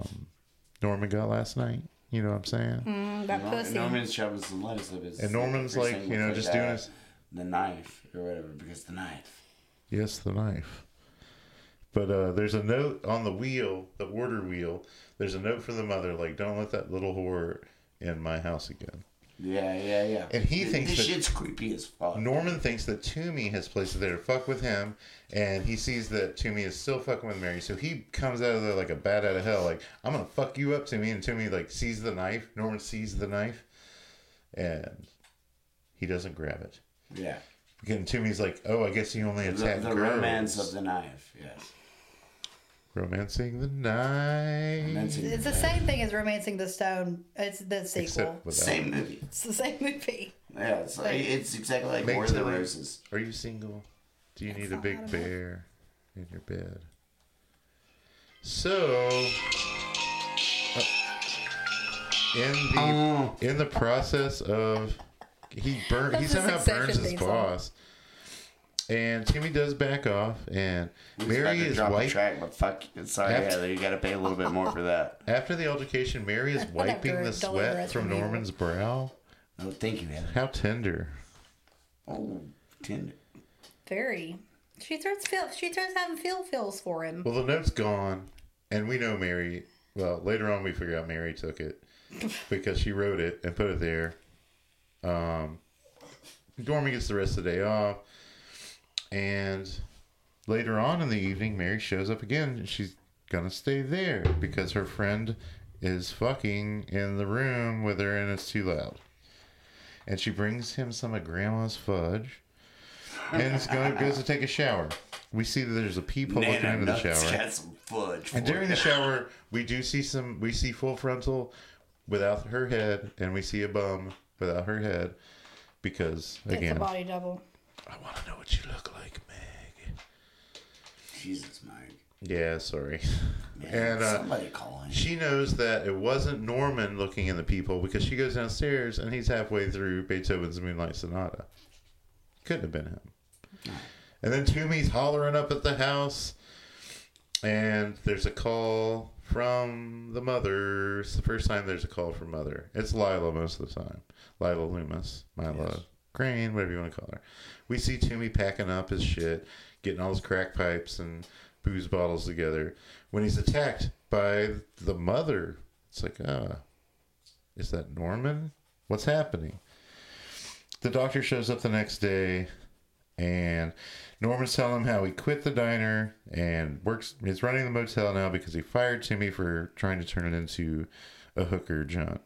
A: Norman got last night. You know what I'm saying?
C: Mm, That pussy.
B: Norman's chopping some lettuce up his.
A: And Norman's
B: every
A: like,
B: single
A: you know,
B: thing,
A: just doing
B: uh,
A: his-
B: The knife or whatever, because the knife.
A: Yes, the knife. But uh, there's a note on the wheel, the order wheel. There's a note for the mother, like, don't let that little whore in my house again.
B: Yeah, yeah, yeah.
A: And he
B: Th-
A: thinks
B: this
A: that-
B: shit's creepy as fuck.
A: Norman thinks that Toomey has placed it there to fuck with him, and he sees that Toomey is still fucking with Mary, so he comes out of there like a bat out of hell, like, I'm gonna fuck you up, Toomey, and Toomey, like, sees the knife. Norman sees the knife, and he doesn't grab it.
B: yeah.
A: And Toomey's like, oh, I guess he only
B: The,
A: attacked
B: the
A: girls.
B: romance of the knife. Yes.
A: Romancing the knife.
B: That's it.
C: It's the same thing as Romancing the Stone. It's the sequel.
A: Except without.
B: Same movie.
C: it's the same movie.
B: Yeah, it's, like, it's exactly like
A: Make
B: War of the
A: time.
B: Roses.
A: Are you single? Do you need a big bear in your bed? So, uh, in the
B: Oh.
A: in the process of he burn he
C: That's a
A: somehow
C: Succession
A: burns his
C: theme song.
A: boss, and Timmy does back off, and Mary
B: About to
A: is
B: drop the
A: wiping
B: track, but fuck, sorry,
A: After-
B: Heather, you got to pay a little bit more for that.
A: after the altercation. Mary is wiping
C: Don't
A: the
C: deliver
A: sweat
C: us
A: from
C: from evil.
A: Norman's brow.
B: Oh, thank you, Heather.
A: How tender!
B: Oh, tender.
C: Very. She starts feel. She starts having feel feels for him.
A: Well, the note's gone, and we know Mary. Well, later on we figure out Mary took it because she wrote it and put it there. Um, Dormy gets the rest of the day off, and later on in the evening, Mary shows up again. And she's gonna stay there because her friend is fucking in the room with her, and it's too loud. And she brings him some of Grandma's fudge, and it's gonna goes to take a shower. We see that there's a peephole looking
B: Nana
A: into the
B: Nuts
A: shower.
B: got some fudge.
A: And
B: for
A: during the shower, we do see some. We see full frontal without her head, and we see a bum without her head, because
C: It's a
A: again, I
C: body double.
A: want to know what you look like, Meg.
B: you. Jesus, Mike.
A: Yeah, sorry.
B: Man,
A: And uh,
B: somebody calling.
A: she knows that it wasn't Norman looking in the people because she goes downstairs and he's halfway through Beethoven's Moonlight Sonata. Couldn't have been him. And then Toomey's hollering up at the house, and there's a call from the mother. It's the first time there's a call from mother. It's Lila most of the time. Lila Loomis, my love. Crane, whatever you want to call her. We see Toomey packing up his shit, getting all his crack pipes and booze bottles together when he's attacked by the mother. It's like, uh, is that Norman? What's happening? The doctor shows up the next day and Norman's telling him how he quit the diner and works is running the motel now because he fired Timmy for trying to turn it into a hooker jaunt.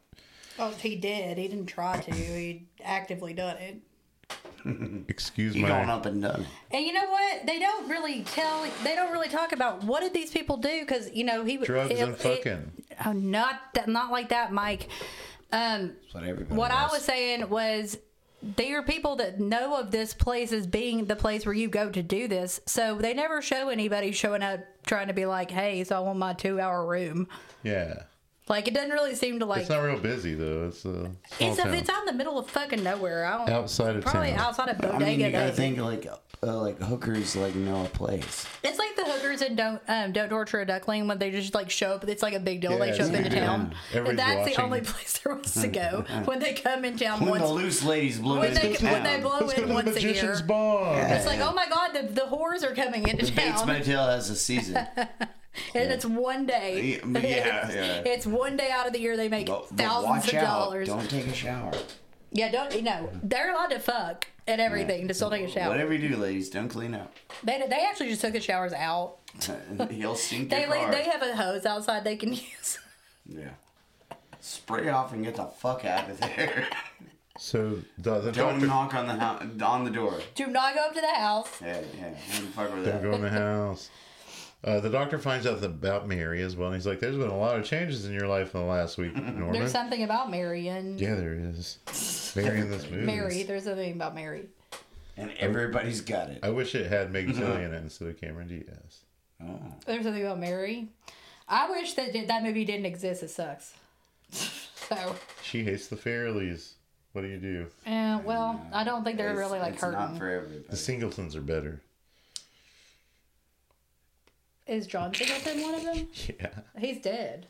C: Oh, he did. He didn't try to. He actively done it.
A: Excuse
B: you
A: my
B: going up and down.
C: And you know what? They don't really tell. They don't really talk about what did these people do because you know he would-
A: drugs
C: it-
A: and
C: it-
A: fucking.
C: oh, not that. Not like that, Mike. Um,
B: That's what everybody
C: what I
B: does.
C: was saying was they are people that know of this place as being the place where you go to do this. So they never show anybody showing up trying to be like, hey, so I want my two hour room.
A: yeah.
C: Like it doesn't really seem to like.
A: It's not real busy though. It's a small
C: It's,
A: town.
C: a, it's out in the middle of fucking nowhere. I don't,
A: outside of
C: probably
A: town.
C: outside of
B: I
C: Bodega.
B: mean, you gotta
C: though.
B: think like uh, like hookers like know a place.
C: It's like the hookers and don't um, don't torture a duckling when they just like show up. It's like a big deal.
A: Yeah,
C: they show
A: it's
C: up
A: a
C: into
A: big deal.
C: town.
A: Everybody's
C: And that's the
A: watching.
C: only place there was to go when they come in town
B: When the
C: once.
B: loose ladies blow
C: When
B: into
C: they,
B: town,
C: when they blow
A: Let's go to
C: in
A: the
C: once a year.
A: magician's bar.
C: It's like, oh my god, the, the whores are coming into
B: Bates
C: town,
B: Motel has a season.
C: and it's one day.
B: Yeah, yeah,
C: it's,
B: yeah.
C: it's one day out of the year they make
B: But, but
C: thousands
B: watch
C: of
B: out!
C: dollars.
B: Don't take a shower.
C: Yeah, don't you know? They're allowed to fuck and everything. Just don't take a shower.
B: Whatever you do, ladies, don't clean up.
C: They they actually just took the showers out.
B: He'll sink
C: They
B: your car.
C: they have a hose outside they can use.
B: yeah. Spray off and get the fuck out of there.
A: So the, the
B: don't
A: doctor
B: knock on the hou- on the door.
C: Do not go up to the house.
B: Yeah, yeah. Who the fuck were
A: Don't
B: that?
A: go in the house. Uh, the doctor finds out about Mary as well, and he's like, "There's been a lot of changes in your life in the last week, Norman."
C: There's something about Mary and
A: yeah, there is. Mary in this movie.
C: Mary. There's something about Mary.
B: And everybody's got it.
A: I wish it had Meg Tilly in it instead of Cameron Diaz.
C: There's something about Mary. I wish that that movie didn't exist. It sucks. So,
A: She hates the Fairleys. What do you do?
C: eh, well, I don't think they're
B: It's-
C: really like
B: it's Not
C: hurting.
B: for everybody.
A: The Singletons are better.
C: Is John Singleton one of them?
A: Yeah.
C: He's dead.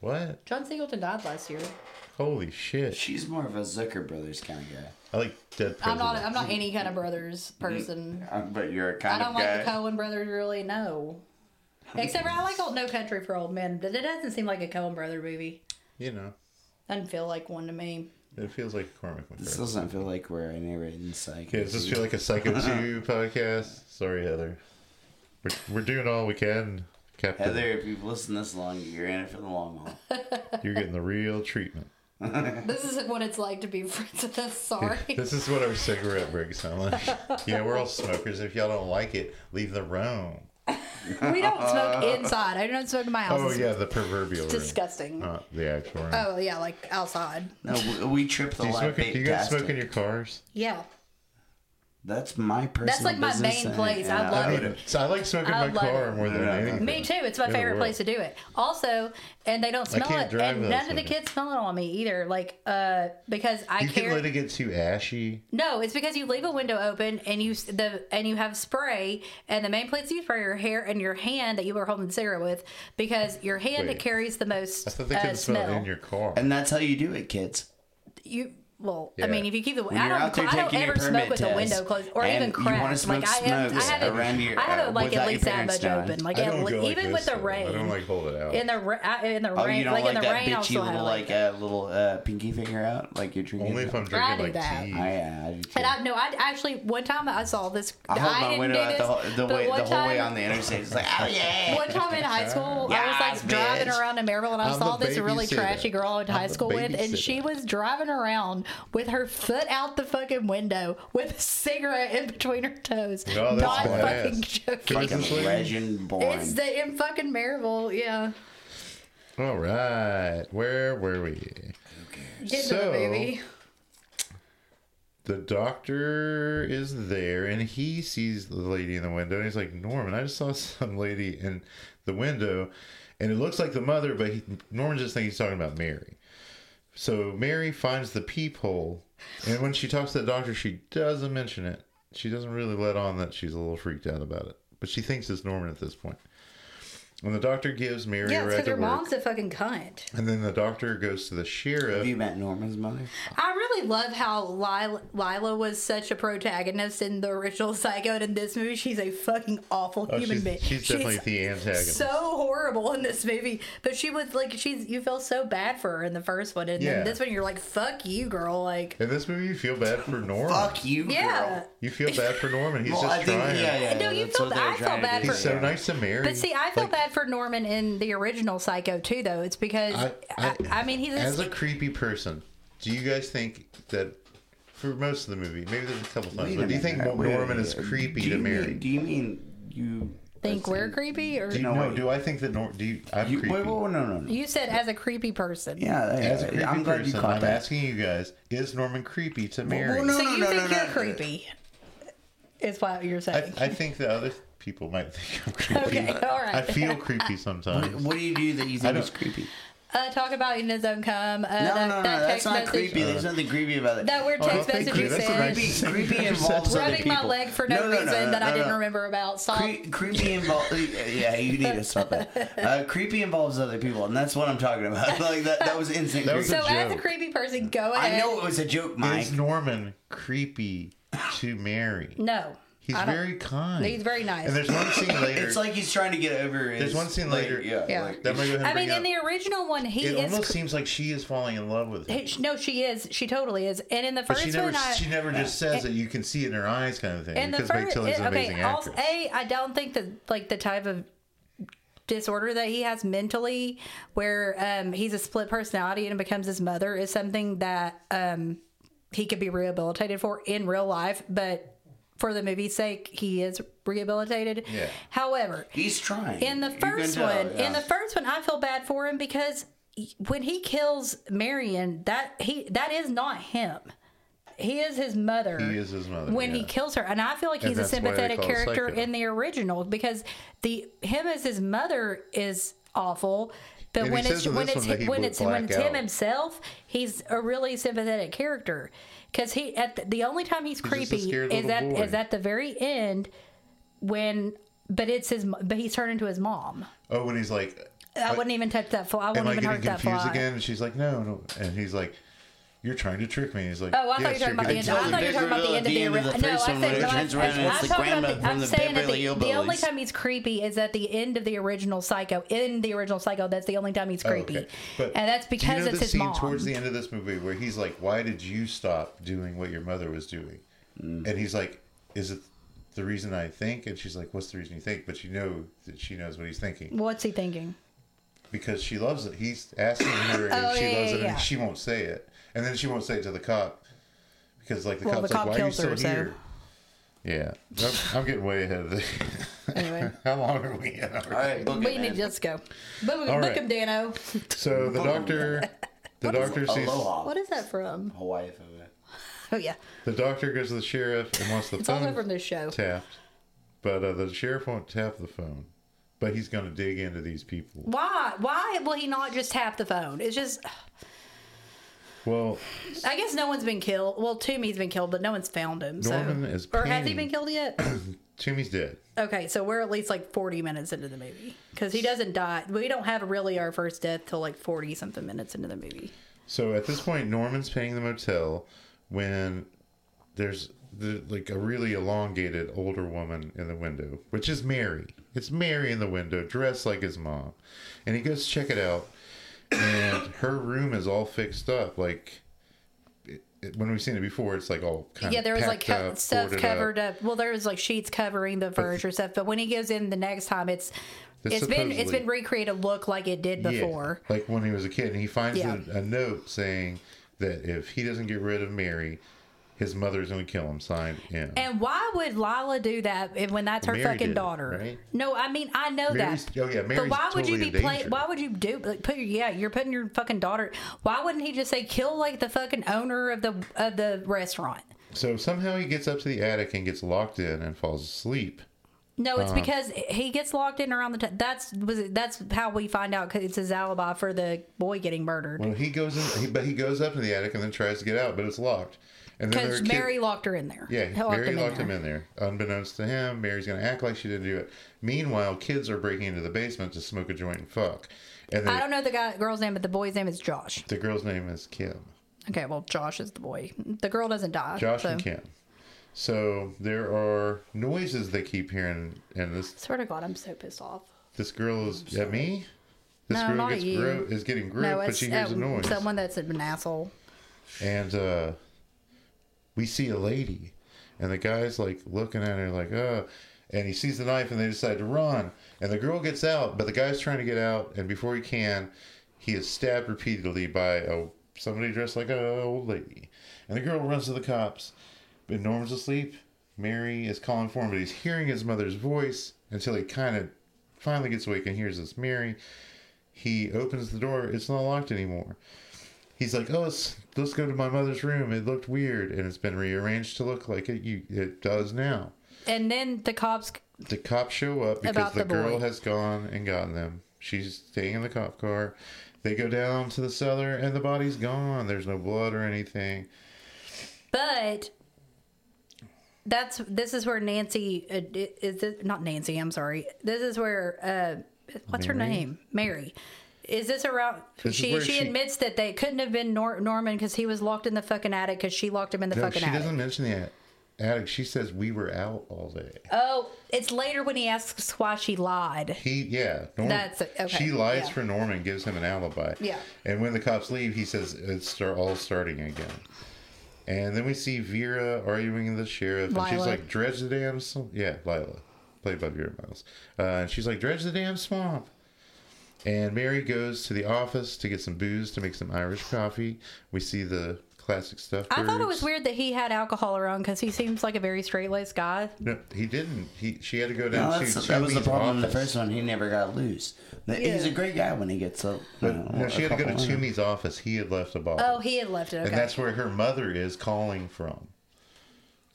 A: What?
C: John Singleton died last year.
A: Holy shit!
B: She's more of a Zucker Brothers kind of guy.
A: I like Dead Presidents.
C: I'm not. I'm not any kind of brothers person.
B: Uh, But you're a
C: I
B: kind
C: don't
B: of
C: like
B: guy.
C: the Cohen brothers really. No. Except for I like old No Country for Old Men, but it doesn't seem like a Cohen brother movie.
A: You know,
C: Doesn't feel like one to me.
A: it feels like Cormac
B: this
A: McCarthy.
B: doesn't feel like we're anywhere in psych.
A: Okay, does this feel like a Psycho Two podcast? Sorry, Heather. We're, we're doing all we can, Captain.
B: Heather, if you've listened this long, you're in it for the long haul.
A: You're getting the real treatment.
C: This isn't what it's like to be friends with us. Sorry.
A: This is what our cigarette breaks sound like. yeah, we're all smokers. If y'all don't like it, leave the room.
C: We don't smoke inside. I don't smoke in my house.
A: Oh
C: it's
A: yeah, the proverbial room,
C: disgusting.
A: not the actual room.
C: Oh yeah, like outside.
B: No, we, we trip the
A: do you
B: light.
A: smoke? in- Do you guys
B: past
A: smoke in your cars?
C: Yeah.
B: That's my personal.
C: That's like my main
B: business and-
C: place. I
B: and uh,
C: love
A: I
C: it.
A: mean, so I like smoking
C: I
A: my
C: love
A: car
C: it.
A: more than
B: Yeah.
A: anything.
C: Me too. It's my
A: Good
C: favorite
A: work.
C: place to do it. Also, and they don't smell
A: can't
C: it,
A: drive
C: and
A: without
C: none of the
A: smoking.
C: kids smell it on me either. Like, uh, because I
A: You can
C: care.
A: let it get too ashy.
C: No, it's because you leave a window open and you s- the and you have spray and the main place you spray your hair and your hand that you were holding the cigarette with because your hand
A: Wait.
C: carries the most
A: I thought they
C: uh,
A: couldn't smell it
C: smell.
A: in your car.
B: And that's how you do it, kids.
C: you well,
A: Yeah.
C: I mean, if you keep the I
B: you're out
C: don't
B: there
C: I don't
B: taking your
C: ever smoke
B: permit
C: with the
B: test
C: window closed or
B: and
C: even
B: you wanna
C: cracked. Like
B: smoke
C: I have, I
B: smokes
C: have it,
B: around your-
C: I have
B: uh,
C: it like
B: without
C: at
B: your
C: least that
B: parents
C: much
B: knowing.
C: open. Like,
A: I
C: at
A: don't
C: le-
A: go like
C: even
A: this,
C: with the
A: though.
C: rain.
A: I don't like hold it out.
C: in the ra- I- in the
B: Oh,
C: rain,
B: you don't
C: like,
B: like,
C: in the
B: that
C: rain,
B: bitchy
C: also
B: little like uh, little uh, pinky finger out, like you're drinking.
A: Only if I'm
C: I do
A: drinking like
C: that.
A: tea.
B: I, yeah, I do too.
C: And I no, I actually one time I saw this.
B: I hold my
C: didn't
B: window
C: do
B: out
C: this,
B: the, whole- the,
C: but
B: way, the
C: one
B: whole way
C: time-
B: on the interstate. It's like, oh yeah.
C: One time in high school, I was
B: Yes,
C: like driving
B: bitch.
C: around in Maryville, and I
A: I'm
C: saw
A: the
C: this really
A: babysitter.
C: trashy girl I went to
A: I'm
C: high
A: the
C: school with, and
A: babysitter.
C: she was driving around with her foot out the fucking window with a cigarette in between her toes.
A: Oh, that's
C: Not
A: badass.
C: fucking joking.
A: Fucking-
B: Fucking legend born.
C: It's the in fucking Maryville, yeah.
A: All right, where were we?
C: Get to
A: So-
C: the baby.
A: The doctor is there and he sees the lady in the window and he's like, Norman, I just saw some lady in the window and it looks like the mother, but he, Norman just thinks he's talking about Mary. So Mary finds the peephole and when she talks to the doctor, she doesn't mention it. She doesn't really let on that she's a little freaked out about it, but she thinks it's Norman at this point. When the doctor gives Mary a
C: Yeah, it's
A: ride
C: because
A: to
C: her
A: work,
C: mom's a fucking cunt.
A: and then the doctor goes to the sheriff.
B: Have you met Norman's mother?
C: I really love how Lila, Lila was such a protagonist in the original Psycho, and in this movie, she's a fucking awful
A: Oh,
C: human
A: she's,
C: being.
A: she's definitely the antagonist.
C: so horrible in this movie. But she was like, she's you feel so bad for her in the first one, and
A: Yeah.
C: then this one you're like, fuck you, girl. Like,
A: In this movie, you feel bad for Norman.
B: Fuck you,
C: yeah.
B: girl.
A: You feel bad for Norman. He's
B: Well,
A: just
B: I think,
A: trying.
B: yeah, yeah.
C: No,
B: yeah,
C: you
B: that's
C: felt-
B: what they're
C: I felt
B: trying to
C: bad
B: do.
A: He's so
B: Yeah.
A: nice to Mary.
C: But see, I feel
A: Like,
C: bad for Norman in the original Psycho too, though. It's because I,
A: I-
C: I,
A: I-
C: mean he's
A: As
C: a,
A: a creepy person, do you guys think that for most of the movie, maybe there's a couple times,
B: Wait
A: but
B: a
A: do you think
B: minute, wait a
A: Norman is
B: minute.
A: creepy
B: Do
A: to
B: you mean-
A: Mary?
B: Do you mean you
C: think we're creepy, or
A: Do you
B: No,
A: know?
B: wait.
A: do I think that Norman? Do you? I'm
B: You,
A: creepy.
B: wait, wait, wait, no, no, no.
C: you said as a creepy person.
B: Yeah,
A: As a
B: yeah,
A: creepy
B: I'm glad you
A: person,
B: caught
A: I'm
B: that.
A: asking you guys: Is Norman creepy to Mary?
B: no,
C: So you think
B: no,
C: you're
B: no.
C: creepy? Is what you're saying?
A: I, I think that other people might think I'm creepy.
C: okay, all right.
A: I feel creepy sometimes.
B: What do you do that you think
A: don't-
B: is creepy?
C: uh, talk about eating his own cum.
B: No,
C: Uh, that,
B: no, no,
C: that
B: that's
C: text
B: not
C: message.
B: creepy. There's nothing creepy about it.
C: That weird
B: Oh,
C: text
A: thank
C: message
A: you.
C: you
A: That's a
C: sent.
A: nice
B: Creepy, creepy
A: Rubbing
B: involves other
C: Rubbing my
B: people.
C: leg for no,
B: No, no, no,
C: reason that I
B: no,
C: didn't
B: no.
C: remember about. Stop.
B: Cre- creepy involves yeah you need to stop that uh, creepy involves other people and that's what i'm talking about like that that was instant
A: That
B: creep.
A: was
C: so
A: a
C: as a
A: joke.
C: creepy person, go
B: i
C: ahead.
B: know it was a joke mike
A: Is Norman creepy to Mary?
C: No.
A: He's
C: I don't-
A: very kind.
C: He's very nice.
A: And there's one scene later.
B: it's like he's trying to get over his,
A: There's one scene
B: like,
A: later-
B: yeah,
C: Yeah.
B: like-
A: that. I'm gonna go ahead and
C: I mean,
A: bring
C: in the
A: up.
C: original one, he
A: It
C: is.
A: almost seems like she is falling in love with him.
C: cr- no, she is. She totally is. And in the
A: But
C: first
A: she never,
C: one, I.
A: she never just says it. You can see it in her eyes, kind of thing.
C: in the
A: Because
C: first,
A: Meg Tilly's an amazing
C: okay. Also,
A: actress.
C: a, I don't think that like the type of disorder that he has mentally, where um, he's a split personality and becomes his mother, is something that um, he could be rehabilitated for in real life. But for the movie's sake, he is rehabilitated.
A: Yeah.
C: However,
B: he's trying
C: in the
B: You can
C: first
B: tell,
C: one,
B: yeah.
C: in the first one, I feel bad for him because when he kills Marion, that he that is not him. He is his mother.
A: He is his mother,
C: When he
A: yeah.
C: kills her, and I feel like he's a
A: that's why they
C: sympathetic
A: call it
C: character
A: psycho.
C: in the original because the him as his mother is awful. But
A: And he
C: when
A: says
C: it's
A: in
C: when
A: this
C: it's
A: one that he
C: when
A: would
C: it's when
A: black
C: it's him
A: out.
C: himself, he's a really sympathetic character because he at the, the only time he's
A: just a
C: creepy
A: scared
C: is
A: little
C: at
A: boy.
C: is at the very end when. But it's his. But he's turned into his mom.
A: oh, when he's like,
C: I wouldn't even touch that fly. I
A: "Am
C: wouldn't
A: I
C: even
A: getting
C: hurt that
A: confused
C: fly.
A: again?" And she's like, "No, no." And he's like, "You're trying to trick me." And he's like,
C: Oh, I thought
A: "Yes,
C: you were talking about the
A: getting
C: end.
B: tell
C: I
B: the
C: thought you were
B: big
C: talking about the
B: reveal
C: end of the
B: at the end
C: original.
B: of the
C: No, I
B: first one
C: said
B: when
C: no.
B: it
C: I'm
B: turns around and it's the
C: talking about
B: grandma
C: the.
B: from
C: I'm
B: the
C: saying that
B: Beverly
C: the, the only
B: Hillbillies.
C: time he's creepy is at the end of the original Psycho. In the original Psycho, that's the only time he's creepy,
A: Oh, Okay. But
C: and that's
A: do
C: because
A: you know
C: it's
A: the
C: his
A: scene
C: mom.
A: towards the end of this movie where he's like, "Why did you stop doing what your mother was doing?" And he's like, "Is it the reason I think?" And she's like, "What's the reason you think?" But you know that she knows what he's thinking
C: What's he thinking?
A: because she loves it. He's asking her if
C: Oh,
A: she
C: yeah,
A: loves
C: yeah,
A: him,
C: yeah.
A: and she won't say it, and then she won't say it to the cop because like the
C: Well,
A: cop's
C: the
A: like,
C: cop
A: "Why are you
C: kills her,
A: still
C: so-
A: here?" Yeah, I'm, I'm getting way ahead of this.
C: Anyway.
A: how long are we in?
B: all right book
C: We
B: it,
C: need
B: man.
C: to just go. Book,
A: All
C: book
A: right.
C: him, Dano.
A: So the doctor, the doctor sees.
B: aloha
C: What is that from?
B: hawaii forever.
C: Oh yeah,
A: The doctor goes to the sheriff and wants the
C: it's
A: phone
C: also from this show.
A: tapped, but uh, the sheriff won't tap the phone. But he's going to dig into these people.
C: Why? Why will he not just tap the phone? It's just,
A: Well,
C: I guess no one's been killed. Well, Toomey's been killed, but no one's found him. So.
A: Norman is
C: or has he
A: peeing.
C: been killed yet?
A: Toomey's dead.
C: okay, so we're at least like forty minutes into the movie because he doesn't die. We don't have really our first death till like forty something minutes into the movie.
A: So at this point, Norman's paying the motel when there's the, like a really elongated older woman in the window, which is Mary. It's Mary in the window, dressed like his mom, and he goes to check it out, and her room is all fixed up. Like it, it- when we've seen it before, it's like all kind
C: yeah,
A: of
C: there was like
A: packed
C: co-
A: up,
C: stuff
A: boarded up.
C: covered up. Well, there was like sheets covering the furniture stuff. But when he goes in the next time, it's
A: It's
C: it's been it's
A: supposedly-
C: been recreated look like it did
A: Yeah,
C: before.
A: like when he was a kid, and he finds
C: Yeah.
A: a, a note saying that if he doesn't get rid of Mary, his mother's going to kill him. Signed, yeah.
C: And why would Lila do that if, when that's her
A: Mary
C: fucking
A: did it,
C: daughter?
A: right?
C: No, I mean I know
A: Mary's-
C: that.
A: oh, yeah,
C: but
A: Mary's
C: why would
A: totally
C: you
A: in
C: be play?
A: danger.
C: Why would you do like put your yeah? You're putting your fucking daughter. Why wouldn't he just say kill like the fucking owner of the of the restaurant?
A: So somehow he gets up to the attic and gets locked in and falls asleep.
C: No, it's
A: Uh-huh.
C: because he gets locked in around the time. That's was that's how we find out 'cause it's his alibi for the boy getting murdered.
A: Well, he goes in, he, but he goes up in the attic and then tries to get out, but it's locked. And then there
C: Because
A: are kid-
C: Mary locked her in there.
A: yeah,
C: locked
A: Mary
C: him
A: locked
C: in
A: him
C: there.
A: in there, unbeknownst to him. Mary's gonna act like she didn't do it. Meanwhile, kids are breaking into the basement to smoke a joint and fuck. And
C: I
A: the,
C: don't know the guy, girl's name, but the boy's name is Josh.
A: the girl's name is Kim,
C: Okay, well, Josh is the boy. The girl doesn't die.
A: Josh
C: Oh, so.
A: and Kim. So there are noises they keep hearing, and this
C: Swear to God, I'm so pissed off.
A: this girl is at me. This
C: No,
A: girl
C: not
A: gets
C: you.
A: gro- is getting groped,
C: No,
A: but
C: it's
A: she hears
C: uh,
A: a noise.
C: someone that's an asshole.
A: and uh, we see a lady, and the guy's like looking at her like, uh, and he sees the knife, and they decide to run, and the girl gets out, but the guy's trying to get out, and before he can, he is stabbed repeatedly by a somebody dressed like a old lady, and the girl runs to the cops, but Norman's asleep. Mary is calling for him, but he's hearing his mother's voice until he kind of finally gets awake and hears this Mary. He opens the door. It's not locked anymore he's like, "Oh, let's let's go to my mother's room. It looked weird, and it's been rearranged to look like it you it does now."
C: And then the cops.
A: The cops show up because
C: About
A: the,
C: the
A: girl
C: boy.
A: has gone and gotten them. She's staying in the cop car. They go down to the cellar, and the body's gone. There's no blood or anything.
C: But that's this is where Nancy uh, i- is this, not Nancy. I'm sorry. This is where uh, what's her
A: Mary?
C: name? Mary. Is this around?
A: This is
C: she
A: where
C: she
A: she-
C: admits that they couldn't have been Nor- Norman because he was locked in the fucking attic because she locked him in the
A: No,
C: fucking
A: she
C: attic.
A: doesn't mention the at- attic. She says we were out all day.
C: Oh, it's later when he asks why she lied.
A: He yeah. Norm,
C: That's- okay,
A: She lies
C: yeah.
A: for Norman, gives him an alibi.
C: Yeah.
A: And when the cops leave, he says it's start, all starting again. And then we see Vera arguing with the sheriff, and she's
C: Lila.
A: like, "Dredge the damn swamp." Yeah, Lila, played by Vera Miles, uh, and she's like, "Dredge the damn swamp." And Mary goes to the office to get some booze to make some Irish coffee. We see the classic stuff.
C: I thought it was
A: birds.
C: weird that he had alcohol around because he seems like a very straight-laced guy.
A: No, he didn't. He she had to go
B: No,
A: down to
B: that's, that was the
A: Toomey's
B: problem in the
A: office.
B: first one. He never got loose. But He's a
C: Yeah.
B: great guy when he gets up. you know,
A: No,
B: a
A: she had to go to
B: couple-
A: Toomey's office. He had left a bottle.
C: Oh, he had left it. Okay.
A: and that's where her mother is calling from.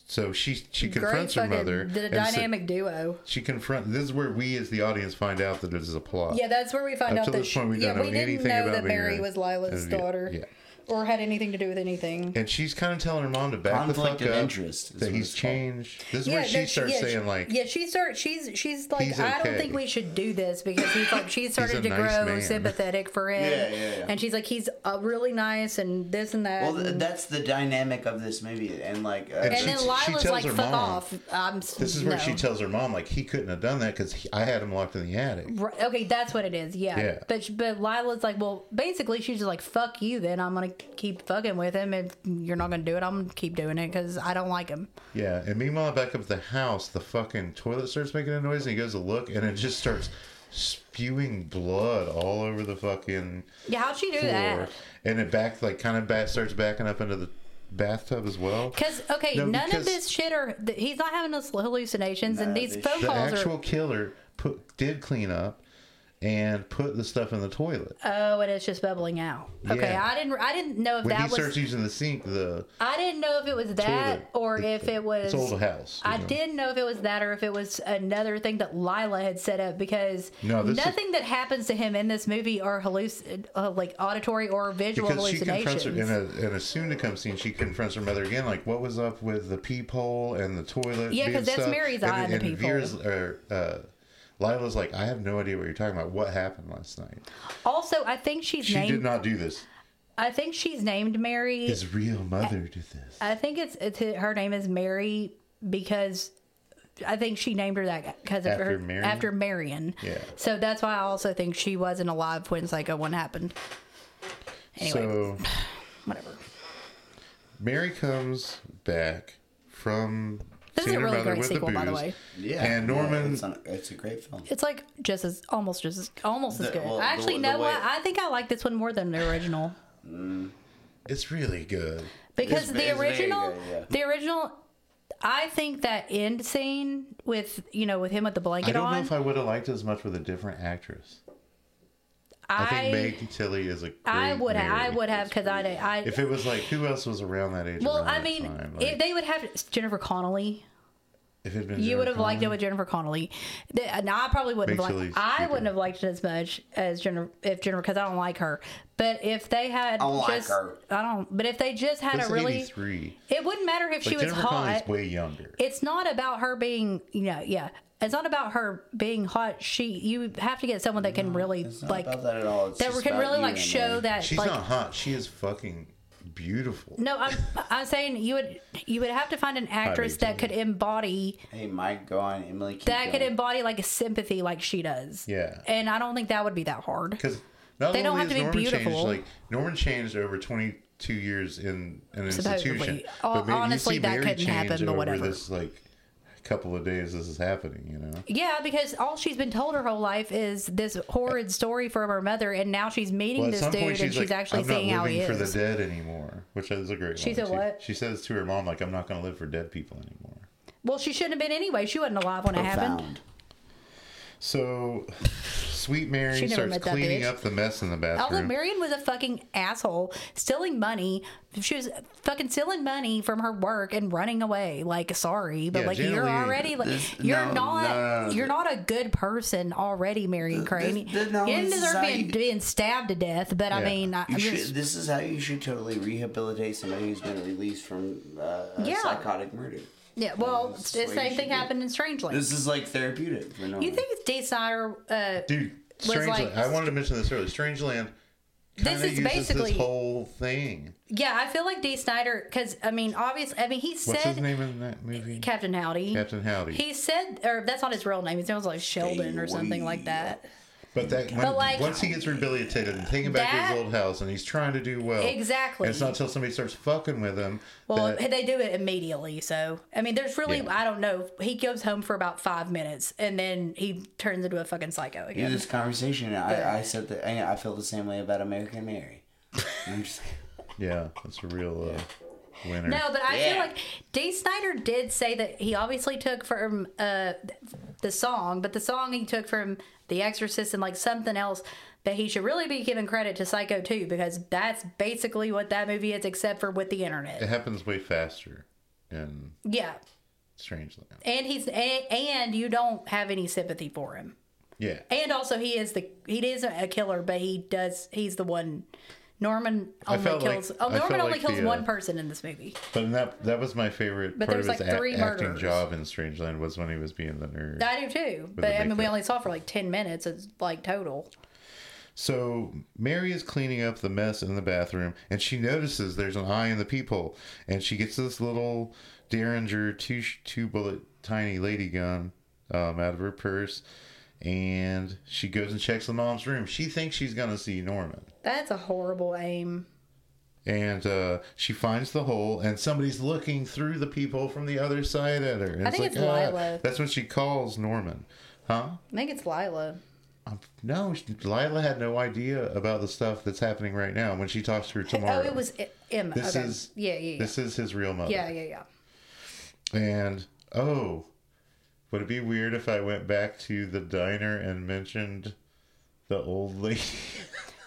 A: So she she confronts her mother.
C: the
A: and sa-
C: dynamic duo.
A: she confronts. This is where we, as the audience, find out that it is a plot.
C: Yeah, that's where we find
A: Up
C: out
A: till
C: that
A: this point, we
C: she- yeah,
A: don't
C: we
A: know
C: didn't
A: anything
C: know
A: about
C: that Mary
A: Mary.
C: was Lila's
A: Uh, yeah,
C: daughter,
A: yeah.
C: or had anything to do with anything.
A: And she's kind of telling her mom to back the fuck
B: Conflict of
A: up
B: interest is
A: that
B: what
A: he's
B: it's called.
A: changed. This is where
C: no,
A: she starts
C: yeah,
A: saying
C: she-
A: like,
C: yeah she starts she's she's like
A: He's
C: I don't
A: okay.
C: think we should do this because he's like she started to
A: nice
C: grow
A: man.
C: sympathetic for him
B: Yeah, yeah, yeah.
C: and she's like he's uh, really nice and this and that
B: Well,
C: and,
B: th- that's the dynamic of this movie, and like, uh,
A: And
C: and then
A: she- she
C: Lila's
A: tells
C: like
A: her
C: fuck
A: mom,
C: off I'm s-
A: this is where
C: no."
A: she tells her mom like he couldn't have done that because I had him locked in the attic.
C: Right, okay that's what it is yeah,
A: Yeah.
C: but sh- but Lila's like well basically she's just like fuck you then I'm gonna keep fucking with him if you're not gonna do it I'm gonna keep doing it because I don't like him
A: Yeah, and meanwhile, back up at the house, the fucking toilet starts making a noise, and he goes to look, and it just starts spewing blood all over the fucking
C: yeah how'd she do
A: floor.
C: that
A: And it back, like, kind of back, starts backing up into the bathtub as well.
C: Because okay,
A: No,
C: none
A: because-
C: of this shit are. th- He's not having those hallucinations, and
B: No,
C: these
B: they
C: phone
A: The
C: calls
A: actual
C: are.
A: killer put, did clean up and put the stuff in the toilet.
C: Oh, and it's just bubbling out. Okay,
A: Yeah.
C: I didn't. I didn't know if
A: When he
C: that was.
A: starts using the sink, the
C: I didn't know if it was that
A: toilet,
C: or
A: it's
C: if
A: a-
C: it was.
A: it's an old house. you
C: I
A: know.
C: didn't know if it was that or if it was another thing that Lila had set up because
A: No, this is-
C: nothing that happens to him in this movie are halluc- uh, like auditory or visual
A: because she
C: hallucinations.
A: confronts her in a, in a soon to come scene. She confronts her mother again, like what was up with the peephole and the toilet.
C: Yeah, 'cause
A: being
C: that's
A: stuck?
C: Mary's
A: and,
C: eye in the
A: and
C: peephole.
A: Vera's- or, uh, Lila's like, I have no idea what you're talking about. What happened last night?
C: also, I think she's
A: She
C: named.
A: did not do this.
C: I think she's named Mary.
A: His real mother did this.
C: I think it's, it's her name is Mary because I think she named her that because of
A: After
C: her
A: Marion?
C: after Marion.
A: Yeah.
C: So that's why I also think she wasn't alive when Psycho One happened. Anyway,
A: So
C: whatever.
A: Mary comes back from
C: This is
A: seeing
C: a
A: her
C: really
A: mother
C: great
A: with
C: sequel,
A: the booze,
C: by the way.
B: Yeah,
A: and
B: yeah,
A: Norman
B: it's, a, it's a great film.
C: It's like just as almost just as almost as
B: The-
C: good.
B: well, the-
C: Actually,
B: the
C: no,
B: way-
C: what? I think I like this one more than the original
A: It's really good.
C: because
B: It's-
C: the
B: it's very
C: original,
B: good, yeah.
C: the original. I think that end scene with you know with him with the blanket
A: I don't
C: on.
A: know if I would have liked it as much with a different actress. I, think Meg Tilly is a great
C: I would
A: Mary.
C: I would have because I I
A: If it was like who else was around that age?
C: well
A: around
C: I
A: that
C: mean
A: time? Like,
C: if they would have Jennifer Connelly
A: if it'd been
C: you would have liked it
A: Jennifer
C: with Jennifer Connelly. The- No, I probably wouldn't
A: Makes
C: have
A: it
C: liked.
A: least
C: I
A: cheaper.
C: wouldn't have liked it as much as Jennifer if Jennifer because I don't like her. But if they had
B: I don't like
C: just,
B: her.
C: I don't. But if they just had
A: Connelly?
C: a
A: This
C: really,
A: eighty three.
C: it wouldn't matter if she was
A: Jennifer
C: hot.
A: Connelly's way younger.
C: It's not about her being, you know, yeah. It's not about her being hot. She, you have to get someone that can really
B: It's not
C: like
B: about that at all. It's
C: that
B: just
C: can
B: about
C: really
B: you
C: like
B: and
C: show
B: Mary.
C: that
A: She's
C: like
A: not hot. She is fucking beautiful.
C: no, I'm I'm saying you would you would have to find an actress that could embody
B: Hey, Mike, go on, Emily. Keep
C: that could
B: going.
C: embody like a sympathy like she does.
A: Yeah.
C: And I don't think that would be that hard.
A: because not
C: They
A: they
C: don't
A: only
C: have to
A: has Norman
C: be beautiful.
A: changed, like Norman changed over twenty two years in an institution.
C: Supposedly.
A: ma-
C: O-
A: you
C: oh, honestly,
A: see
C: that couldn't happen,
A: change
C: but
A: over
C: whatever.
A: This like couple of days, this is happening. You know,
C: Yeah, because all she's been told her whole life is this horrid story from her mother, and now she's meeting
A: well, at
C: this
A: some
C: dude,
A: point
C: and
A: she's
C: she's
A: like,
C: actually
A: "I'm not
C: seeing how he
A: living for the
C: is.
A: dead anymore," which is a great.
C: She
A: line.
C: said what?
A: She says to her mom, "Like I'm not going to live for dead people anymore."
C: Well, she shouldn't have been anyway. She wasn't alive when it happened.
B: Profound.
A: So, Sweet
C: She
A: Mary
C: never
A: starts
C: met that
A: cleaning
C: bitch.
A: up the mess in the
C: Although
A: bathroom.
C: Marion was a fucking asshole, stealing money. She was fucking stealing money from her work and running away. Like, sorry, but
A: Yeah,
C: like you're
A: generally,
C: already like
B: this-
C: you're
B: no,
C: not
B: no, no, no.
C: you're not a good person already, Marion Crane.
B: this- this- no,
C: you didn't
B: this is
C: deserve
B: how
C: being,
B: you-
C: being stabbed to death, but I
A: Yeah.
C: mean, I,
B: You
C: I'm
B: should,
C: just
B: this is how you should totally rehabilitate somebody who's been released from uh, a
C: Yeah.
B: psychotic murder.
C: yeah. Well,
B: This is
C: the
B: the way Oh, you
C: same
B: should
C: thing
B: do it.
C: happened in Strangely.
B: This is like therapeutic for no
C: You think Dee Snyder? Uh,
A: Dude,
C: was like-
A: Strangeland. I wanted to mention this earlier. Strangeland.
C: This
A: kinda
C: is
A: uses
C: basically-
A: this whole thing.
C: yeah, I feel like Dee Snyder because I mean, obviously, I mean, he
A: What's his
C: said
A: name in that movie?
C: Captain Howdy.
A: Captain Howdy.
C: He said, or that's not his real name. His name was like Sheldon or something
B: away.
C: like that.
A: But that when,
C: But, like,
A: once he gets rehabilitated and taken back to
C: that-
A: his old house and he's trying to do well.
C: Exactly.
A: And it's not until somebody starts fucking with him.
C: Well,
A: that,
C: they do it immediately. So I mean, there's really
A: Yeah.
C: I don't know. He goes home for about five minutes and then he turns into a fucking psycho
B: Yeah,
C: again.
B: this conversation, I, I said that I, I feel the same way about American Mary. I'm just
A: yeah, that's a real uh, winner.
C: No, but I feel
B: Yeah.
C: like Dee Snyder did say that he obviously took from uh, the song, but the song he took from The Exorcist and like something else. But he should really be giving credit to Psycho too, because that's basically what that movie is, except for with the
A: It
C: internet.
A: happens way faster in
C: Yeah,
A: Strangeland.
C: and he's and, and you don't have any sympathy for him.
A: Yeah.
C: And also, he is the he isn't a killer, but he does he's the one. Norman
A: I
C: only
A: felt like-
C: kills.
A: I
C: oh, Norman
A: felt
C: only
A: like
C: kills
A: the, uh,
C: one person in this movie.
A: But in that that was my favorite
C: But
A: part of
C: there's,
A: his
C: like,
A: ac-
C: three
A: acting
C: murderers.
A: job in Strangeland was when he was being the nerd.
C: I do too, but I
A: big
C: mean, we
A: fat-
C: only saw for like ten minutes. It's like total.
A: So Mary is cleaning up the mess in the bathroom, and she notices there's an eye in the peephole, and she gets this little Derringer two two bullet tiny lady gun um, out of her purse, and she goes and checks the mom's room. She thinks she's gonna see Norman,
C: That's a horrible aim.
A: and uh, she finds the hole, and somebody's looking through the peephole from the other side at her. And "Ah."
C: I think it's Lila.
A: That's when she calls Norman, huh?
C: I think it's Lila. Oh,
A: Um, no, she- Lila had no idea about the stuff that's happening right now when she talks to her tomorrow.
C: Oh, it was I- Emma.
A: This
C: okay.
A: is-
C: yeah, yeah, yeah.
A: This is his real mother.
C: yeah, yeah, yeah.
A: And oh, would it be weird if I went back to the diner and mentioned the old lady.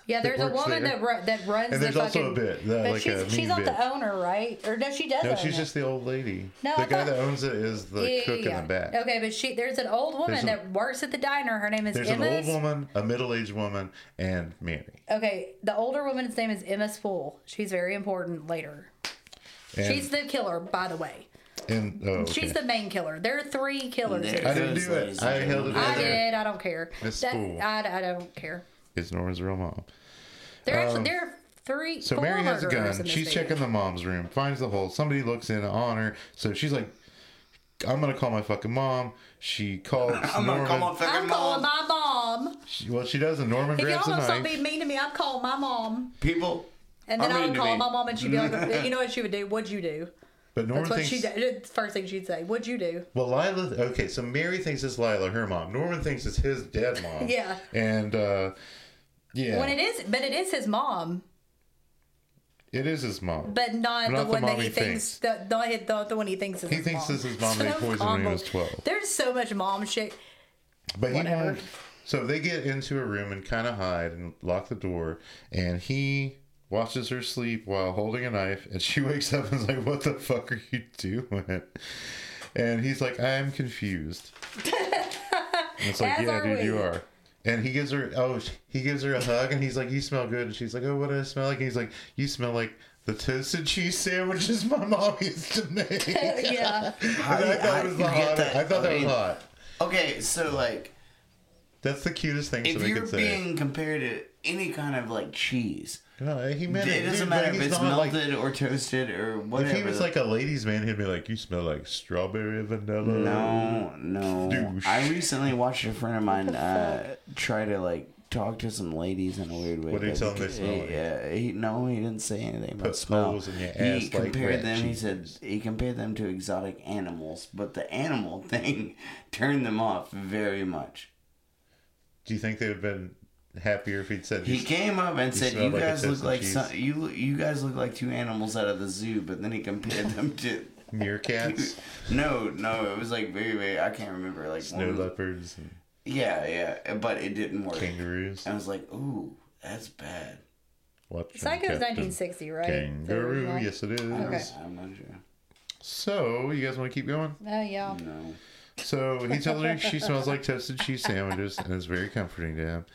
C: Yeah, there's a
A: works
C: woman
A: there.
C: that ru- that runs
A: And
C: the
A: there's
C: fucking.
A: also a bit, the,
C: but
A: like
C: she's
A: a mean
C: she's not
A: bit.
C: the owner, right? Or no, she does.
A: no,
C: own
A: she's
C: it.
A: just the old lady.
C: No,
A: the
C: I
A: guy
C: thought-
A: that owns it is the
C: Yeah,
A: cook
C: yeah,
A: in the back.
C: yeah. Okay, but she there's an old woman
A: There's a-
C: that works at the diner. Her name is
A: There's
C: Emma.
A: an old woman, a middle-aged woman, and Mary.
C: Okay, the older woman's name is Emma Spool. She's very important later.
A: And,
C: She's the killer, by the way.
A: and- oh, okay.
C: She's the main killer. There are three killers.
A: I didn't do it. I held it
C: I
A: Yeah, there.
C: did. I don't care.
A: Miss
C: That-
A: Spool.
C: I, I don't care.
A: It's Nora's real mom.
C: There, actually, there are three.
A: Um, So
C: four
A: Mary has a
C: murderers
A: gun.
C: in this
A: She's
C: video.
A: checking the mom's room, finds the hole. Somebody looks in on her, so she's like, "I'm gonna call my fucking mom." She calls
B: I'm
A: Norman.
B: gonna call my fucking
C: I'm calling
B: mom.
C: my mom.
A: She- well, she does, and Norman
C: If
A: grabs
C: y'all
A: a
C: want
A: knife.
C: to be mean to me, I'm calling my mom.
B: People.
C: And then
B: I'm
C: I would
B: mean to
C: call
B: me.
C: my mom and she'd be like, you know what she would do? What'd you do?
A: but Norman
C: That's what
A: thinks.
C: she did. First thing she'd say, what'd you do?
A: Well, Lila. Okay, so Mary thinks it's Lila, her mom. Norman thinks it's his dead mom.
C: Yeah.
A: And uh, yeah,
C: When it is, but it is his mom,
A: it is his mom.
C: but not,
A: Not
C: the
A: the
C: one
A: mom
C: that he
A: he
C: thinks, the, not, hit- not the one he thinks is
A: He
C: his
A: thinks
C: mom.
A: this is mom that he poisoned when he
C: combo.
A: was 12.
C: There's so much mom shit.
A: But he
C: Whatever.
A: won't. So they get into a room and kind of hide and lock the door. And he watches her sleep while holding a knife. And she wakes up and is like, What the fuck are you doing? And he's like, I am confused. And it's like,
C: As
A: Yeah,
C: are
A: dude, you
C: we."
A: are. And he gives her, oh, he gives her a hug and he's like, You smell good. And she's like, Oh, what do I smell like? And he's like, You smell like the toasted cheese sandwiches my mom used to make. and
C: yeah.
A: I thought, it was
B: you
A: the
B: get
A: hot,
B: that?
A: I thought
B: I
A: that was
B: mean-
A: hot.
B: Okay, so like,
A: That's the cutest thing
B: if
A: somebody
B: you're
A: could say.
B: being compared to any kind of like cheese,
A: No, he meant
B: it
A: it.
B: doesn't
A: dude,
B: matter
A: like,
B: if
A: he's
B: it's
A: not, like-
B: melted or toasted or whatever.
A: if he was like a ladies' man, he'd be like, "You smell like strawberry vanilla."
B: No, no.
A: Douche.
B: I recently watched a friend of mine uh, try to like talk to some ladies in a weird way.
A: What did he
B: but
A: tell them they smell like?
B: Yeah, he, no, he didn't say anything about
A: Put
B: smell.
A: holes in your ass
B: he
A: like
B: compared
A: rat
B: them. He
A: cheese.
B: said he compared them to exotic animals, but the animal thing turned them off very much.
A: Do you think they would have been happier if he'd said?
B: He came up and said,
A: smell
B: "You
A: like a
B: guys look
A: toasted
B: like
A: cheese."
B: some, you look- you guys look like two animals out of the zoo," but then he compared them to.
A: meerkats,
B: No, no, it was like very, very. I can't remember. Like
A: snow
B: one-
A: leopards, and
B: Yeah, yeah, but it didn't work.
A: kangaroos.
B: I was like, ooh, that's bad.
A: Watch out,
C: Psycho's
A: Captain
C: 1960, right?
A: Kangaroo,
C: Yeah.
A: yes it is.
C: Okay.
B: I'm not sure.
A: So you guys want to keep going?
C: Oh, yeah.
B: No.
A: So he tells her she smells like toasted cheese sandwiches, and it's very comforting to him.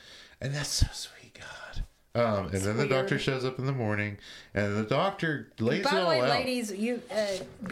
A: And that's so sweet, God. Um, and then the doctor
C: weird.
A: shows up in the morning, and the doctor lays
C: By
A: it
C: the
A: all
C: way,
A: out.
C: ladies, you uh,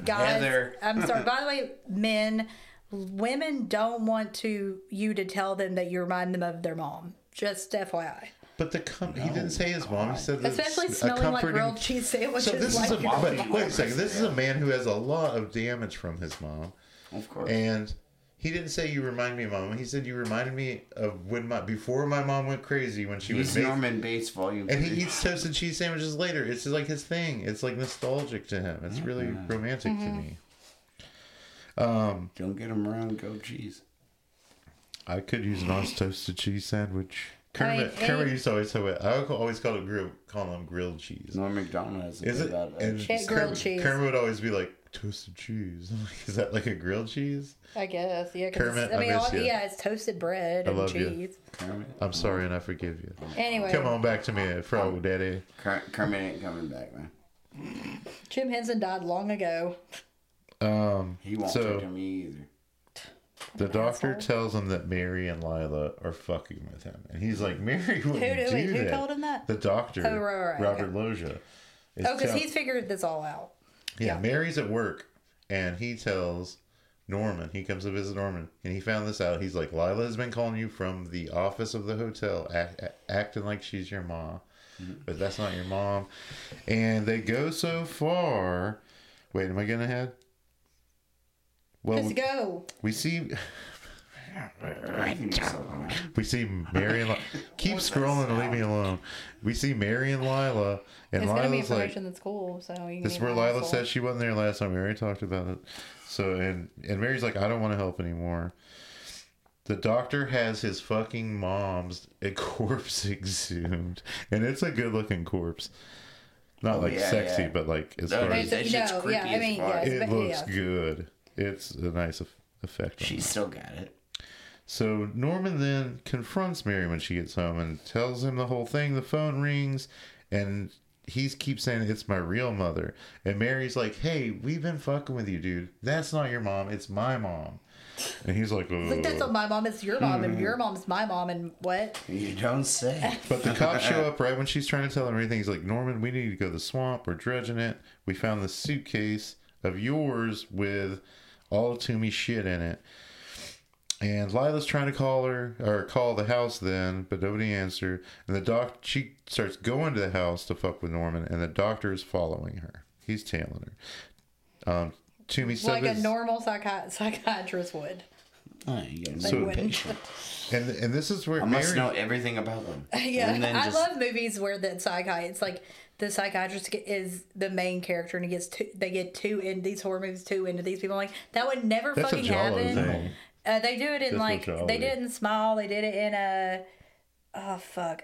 C: guys,
B: Heather.
C: I'm sorry. By the way, men, women don't want to you to tell them that you remind them of their mom. Just FYI,
A: But the com- he didn't say his mom. He said that
C: especially
A: it's
C: smelling
A: a
C: like
A: comforting.
C: grilled cheese sandwiches.
A: so this is
C: like
A: a
C: your-
A: but wait a second. This is a man who has a lot of damage from his mom,
B: Of course.
A: and he didn't say you remind me of mom. He said you reminded me of when my before my mom went crazy when she was
B: He's
A: making.
B: Norman Bates volume.
A: And
B: three.
A: he eats toasted cheese sandwiches later. It's just like his thing. It's like nostalgic to him. It's really romantic to me.
B: Don't get him around goat cheese.
A: I could use an honest toasted cheese sandwich. Kermit,
C: I- I-
A: Kermit used to always say it. I always call it grill, call them grilled cheese.
B: Norm McDonald has a
A: Is
B: bit
A: it?
B: about
A: And
B: that.
C: Shit, grilled
A: Kermit,
C: cheese.
A: Kermit would always be like toasted cheese. I'm like, Is that like a grilled cheese?
C: I guess, yeah. 'cause it's-
A: Kermit,
C: I
A: I
C: mean,
A: miss
C: all,
A: you.
C: yeah, it's toasted bread
A: I
C: and
A: love you.
C: cheese.
B: Kermit.
A: I'm sorry and I forgive you.
C: Anyway,
A: Come on back to me, Frog Daddy.
B: Ker- Kermit ain't coming back, man.
C: Jim Henson died long ago.
A: Um,
B: He won't
A: So-
B: talk to me either.
A: the doctor tells him that Mary and Lila are fucking with him, and he's like, "Mary wouldn't
C: Who
A: do
C: wait, who
A: that."
C: told him that?
A: The doctor,
C: Oh, right, right, right,
A: Robert Loja. is
C: Oh, because
A: tell-
C: he's figured this all out.
A: yeah,
C: yeah.
A: Mary's at work, and he tells Norman. He comes to visit Norman, and he found this out. He's like, "Lila has been calling you from the office of the hotel, act, act- acting like she's your mom,
C: Mm-hmm.
A: but that's not your mom." And they go so far. Wait, am I getting ahead? Well,
C: Let's go.
A: we see
B: Give yourself a minute.
A: we see Mary and Li- keep scrolling and leave me alone. We see Mary and Lila, and
C: It's gonna be
A: Lila's like,
C: information that's cool. So you can
A: "This is
C: be
A: where
C: an
A: Lila
C: asshole.
A: said she wasn't there last time. We already talked about it." So and and Mary's like, "I don't want to help anymore." The doctor has his fucking mom's corpse exhumed, and it's a good-looking corpse. Not like
B: yeah,
A: sexy,
B: yeah.
A: but like as
B: Oh,
A: far
B: yeah.
A: as
B: That
C: It's,
B: shit's
C: no,
B: creepy
C: yeah, I
B: as
C: mean,
B: fuck.
C: yeah, it's-
A: it
C: but-
A: looks
C: yeah.
A: good. It's a nice eff- effect. On it.
B: She's still got it.
A: So Norman then confronts Mary when she gets home and tells him the whole thing. The phone rings and he keeps saying it's my real mother. And Mary's like, "Hey, we've been fucking with you, dude. That's not your mom. It's my mom." And he's like,
C: Like that's
A: "Ugh."
C: what my mom is your mom
A: Hmm.
C: and your mom's my mom and what?
B: You don't say.
A: But the cops show up right when she's trying to tell him everything. He's like, Norman, we need to go to the swamp. We're dredging it. We found this suitcase of yours with all Toomey shit in it. And Lila's trying to call her or call the house then, but nobody answered. And the doc she starts going to the house to fuck with Norman, and the doctor is following her. He's tailing her. Um, Toomey
C: like a
A: severs-
C: normal psychi- psychiatrist would.
B: Oh, you gotta
C: They
B: be
A: So-
C: wouldn't.
B: patient.
A: and and this is where
B: I
A: Mary
B: must know everything about them.
C: yeah,
B: And then
C: I
B: just,
C: love movies where the psychi it's like the psychiatrist ge- is the main character and he gets too, they get too in these horror movies too into these people. I'm like that would never
A: That's a
C: fucking
A: Jalo
C: happen.
A: thing.
C: Uh, they do it in
A: That's
C: like
A: what Jalo
C: they
A: is.
C: did in Smile. They did it in a oh fuck,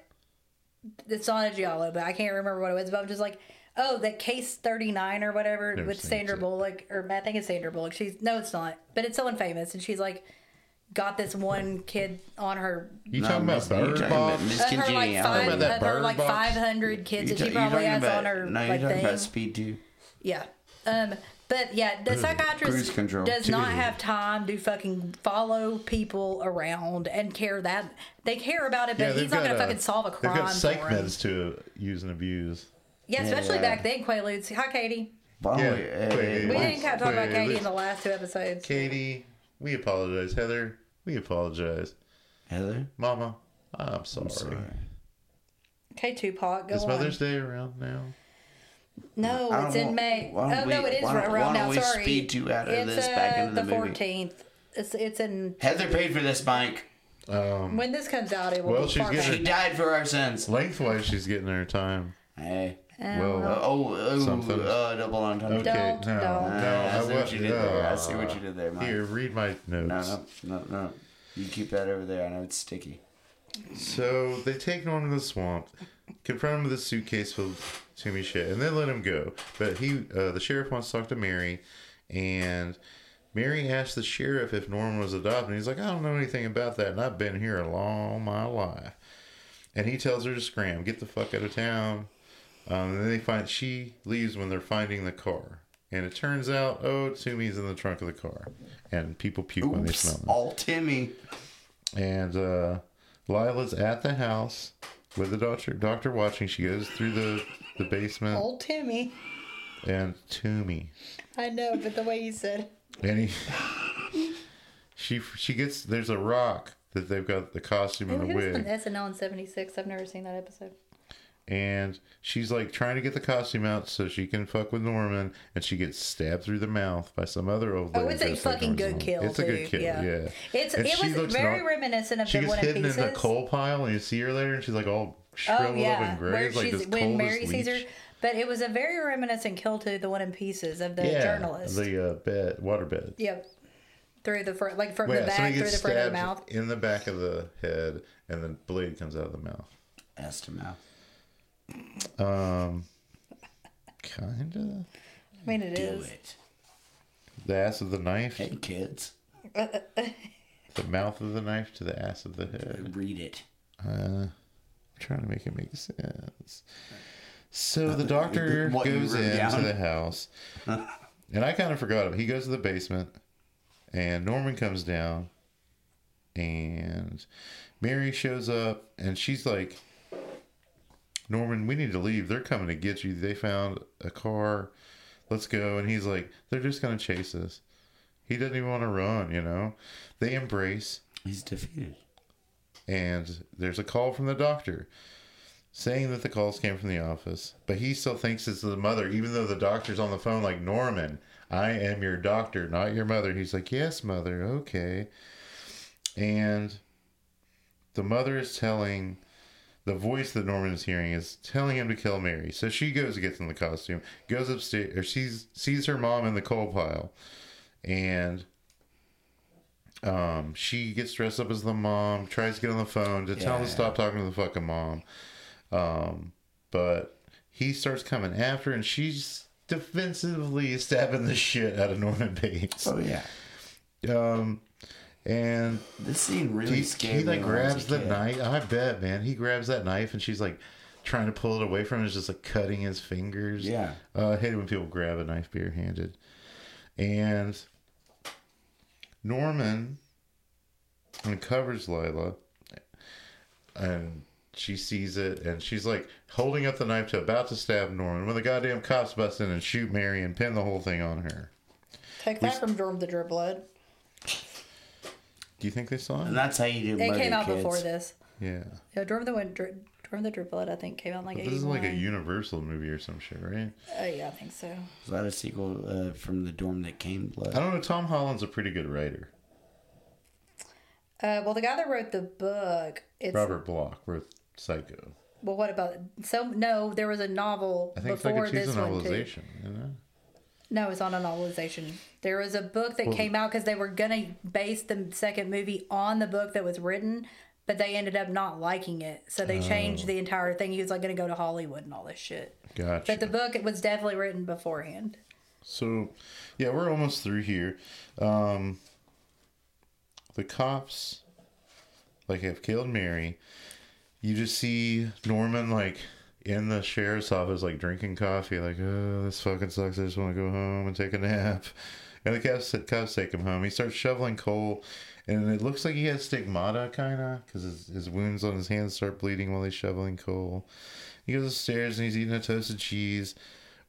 C: it's not a giallo, but I can't remember what it was. But I'm just like. Oh, that case thirty nine or whatever
A: Never
C: with
A: seen it,
C: Sandra
A: so-
C: Bullock, or I think it's Sandra Bullock. She's no, it's not, but it's someone famous, and she's like got this one kid on her
A: you talking
B: No,
A: about
B: you're
A: Bird
B: talking
A: Box?
B: about Miss
C: of her like
B: Congeniality.
C: five,
A: Remember that
C: of her
A: bird
C: like
A: box?
C: five hundred kids
B: You
C: that
B: ta-
C: she
B: you
C: probably
B: talking
C: has
B: about,
C: on her
B: No, you're
C: like
B: talking
C: thing.
B: about Speed 2.
C: yeah. Um, but yeah, the psychiatrist
B: Cruise control.
C: does not have time to fucking follow people around and care that they care about it, but he's not gonna
A: a-
C: fucking solve a crime.
A: They've got psych
C: for him.
A: meds to use and abuse.
C: Yeah, especially
B: Yeah.
C: back then, Quaaludes. Hi, Katie.
B: Wow,
A: Yeah,
B: eh,
A: wait,
B: eh,
A: wait,
C: We
A: Nice.
C: didn't kind of talk about
A: Quaaludes.
C: Katie in the last two episodes.
A: Katie, we apologize. Heather, we apologize.
B: Heather?
A: Mama, I'm sorry.
B: Sorry.
C: Okay, Tupac, go
A: Is
C: on.
A: Mother's Day around now?
C: No,
B: I
C: Oh,
B: don't
C: it's in
B: want-
C: May.
B: why don't
C: Oh no,
B: we-
C: it is
B: why
C: right
B: don't- why
C: around
B: don't
C: now.
B: we
C: Sorry,
B: speed you out of
C: it's
B: this back
C: uh,
B: into the
C: the
B: movie?
C: fourteenth. It's it's in
B: Heather paid for this, Mike.
A: Um,
C: When this comes out, it will
A: Well,
C: be
A: she's
C: far
A: getting-
B: She
C: back.
B: died for our sins.
A: lengthwise, she's getting her time.
B: Hey.
A: Whoa.
B: Uh, oh, oh
A: Something.
B: uh, double entendre.
A: Okay,
C: Don't,
A: no,
C: don't.
A: no,
B: Ah, I see
A: wa-
B: what you did there. I see what
A: uh,
B: you did there, Mike.
A: Here, read my notes.
B: No, no, no, no. You keep that over there. I know it's sticky.
A: So they take Norman to the swamp, confront him with a suitcase full of Toomey shit, and then let him go. But he, uh, the sheriff wants to talk to Mary, and Mary asks the sheriff if Norman was adopted. He's like, I don't know anything about that, and I've been here a long my life. And he tells her to scram, get the fuck out of town. Um, and then they find she leaves when they're finding the car. And it turns out, oh, Toomey's in the trunk of the car. And people puke when they smell
B: Oops,
A: him
B: all Timmy.
A: and uh, Lila's at the house with the doctor doctor watching. She goes through the the basement
C: Old Timmy.
A: and Toomey,
C: I know, but the way you said.
A: and he she she gets there's a rock that they've got the costume
C: Who
A: and a
C: Oh, was on
A: wig,
C: SNL in '76? I've never seen that episode.
A: and she's like trying to get the costume out so she can fuck with Norman, and she gets stabbed through the mouth by some other old lady.
C: Oh, it's a
A: dressed like
C: fucking
A: Norman's
C: good
A: mom.
C: kill.
A: It's a good
C: dude.
A: kill. Yeah,
C: It's
A: And
C: it
A: she
C: was
A: looks
C: very
A: gnar-
C: reminiscent of
A: She
C: the
A: gets
C: one in
A: hidden
C: pieces.
A: in the coal pile, and you see her later, and she's like all shriveled
C: oh
A: up
C: yeah,
A: and gray,
C: where
A: like
C: she's
A: this
C: when
A: cold
C: Mary
A: as
C: sees her.
A: leech.
C: But it was a very reminiscent kill to the one in pieces of the journalist.
A: The uh, bed, water bed.
C: Yep. Through the front, like from
A: Well,
C: the
A: yeah, somebody
C: back, through
A: gets
C: the front of the
A: stabbed
C: mouth.
A: in the back of the head, and the blade comes out of the mouth.
B: Ass to mouth.
A: Um, kinda.
C: I mean, it
B: Do
C: is.
B: it.
A: The ass of the knife,
B: Hey, kids.
A: the mouth of the knife to the ass of the head.
B: Read it.
A: Uh, I'm trying to make it make sense. So the doctor
B: Uh, what you
A: goes
B: wrote
A: into
B: down.
A: the house, and I kind of forgot him. He goes to the basement, and Norman comes down, and Mary shows up, and she's like, Norman, we need to leave. They're coming to get you. They found a car. Let's go. And he's like, they're just going to chase us. He doesn't even want to run, you know? They embrace,
B: He's defeated.
A: and there's a call from the doctor saying that the calls came from the office, but he still thinks it's the mother, even though the doctor's on the phone, like, Norman, I am your doctor, not your mother. He's like, Yes, mother, okay. And the mother is telling the voice that Norman is hearing is telling him to kill Mary. So she goes and gets in the costume, goes upstairs, or she's, sees her mom in the coal pile, and um, she gets dressed up as the mom, tries to get on the phone to tell him to
B: Yeah.
A: stop talking to the fucking mom. Um, but he starts coming after, and she's Oh,
B: Oh,
A: defensively stabbing the shit out of Norman Bates.
B: yeah.
A: Um, And
B: This scene really
A: he,
B: scared
A: he like
B: me. when I was
A: grabs
B: a
A: the
B: kid.
A: knife. I bet, man. He grabs that knife and she's like trying to pull it away from him. It's just like cutting his fingers.
B: Yeah.
A: Uh, I hate it when people grab a knife bare-handed. And Norman uncovers Lila and she sees it and she's like holding up the knife to about to stab Norman when the goddamn cops bust in and shoot Mary and pin the whole thing on her.
C: Take that from Jorm the Drip Blood.
A: Do you think they saw it?
B: And that's how you do.
C: It
B: murder
C: came out
B: kids.
C: before this.
A: Yeah.
C: Yeah, Jorm the Wind, Dri- Jorm the Drip Blood, I think, came out in like
A: This is like a
C: 81.
A: universal movie or some shit, right?
C: Oh, yeah, I think so.
B: Was that a sequel uh, from the dorm that came? Blood.
A: I don't know. Tom Holland's a pretty good writer.
C: Uh, well, the guy that wrote the book, it's
A: Robert Block wrote Psycho.
C: well. What about so? No, there was a novel
A: I think it's like
C: before
A: a cheese
C: this one too.
A: novelization. You know?
C: No, it's not a novelization. There was a book that came out because they were gonna base the second movie on the book that was written, but they ended up not liking it, so they
A: Oh.
C: changed the entire thing. He was like gonna go to Hollywood and all this shit.
A: Gotcha.
C: But the book it was definitely written beforehand.
A: So, yeah, we're almost through here. Um, the cops, like, have killed Mary. You just see Norman, like, in the sheriff's office, like, drinking coffee, like, oh, this fucking sucks. I just want to go home and take a nap. And the cops, the cops take him home. He starts shoveling coal, and it looks like he has stigmata, kind of, because his, his wounds on his hands start bleeding while he's shoveling coal. He goes upstairs and he's eating a toasted cheese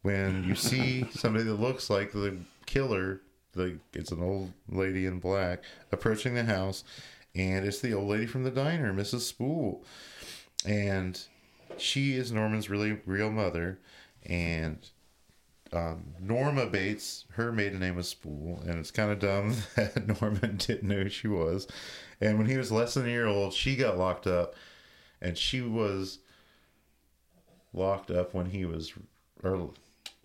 A: when you see somebody that looks like the killer, the it's an old lady in black approaching the house, and it's the old lady from the diner, Mrs. Spool, and she is Norman's really real mother, and um, Norma Bates, her maiden name was Spool, and it's kind of dumb that Norman didn't know who she was, and when he was less than a year old, she got locked up, and she was locked up when he was or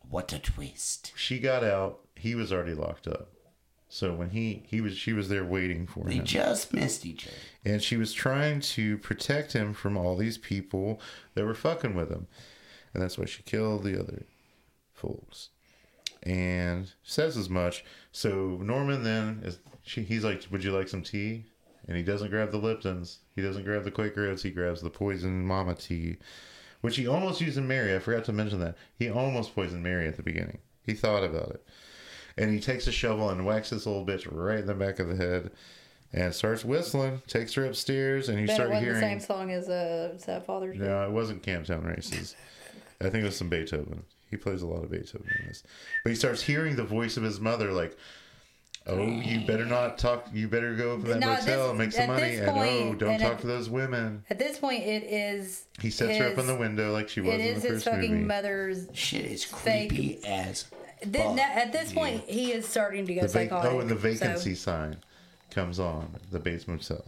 B: What a twist!
A: she got out he was already locked up so when he he was she was there waiting for
B: They
A: him
B: just missed each other.
A: and she was trying to protect him from all these people that were fucking with him and that's why she killed the other folks and says as much so norman then is she, he's like would you like some tea and he doesn't grab the liptons he doesn't grab the quaker oats he grabs the poison mama tea which he almost used in mary i forgot to mention that he almost poisoned mary at the beginning he thought about it and he takes a shovel and whacks this little bitch right in the back of the head and starts whistling takes her upstairs and you
C: But it
A: start
C: wasn't
A: hearing
C: the same song as uh, Stepfather's. Day.
A: no, it wasn't Camptown Races. I think it was some Beethoven. He plays a lot of Beethoven in this. But he starts hearing the voice of his mother, like, "Oh, you better not talk. You better go over to that
C: No,
A: motel
C: this-
A: and make some
C: at
A: money.
C: this
A: and oh,
C: point-
A: don't
C: and
A: talk
C: at-
A: to those women."
C: At this point, it is
A: He sets her up in
C: his-
A: the window like she was
C: It
A: in
C: is
A: the
C: his
A: first
C: fucking
A: movie.
C: mother's.
B: Shit is
C: Fake.
B: creepy as.
C: Th-
B: fuck.
C: now, at this point, he is starting to go
A: The vac-
C: psychotic.
A: oh, and the
C: so-
A: vacancy sign comes on the Bates Motel.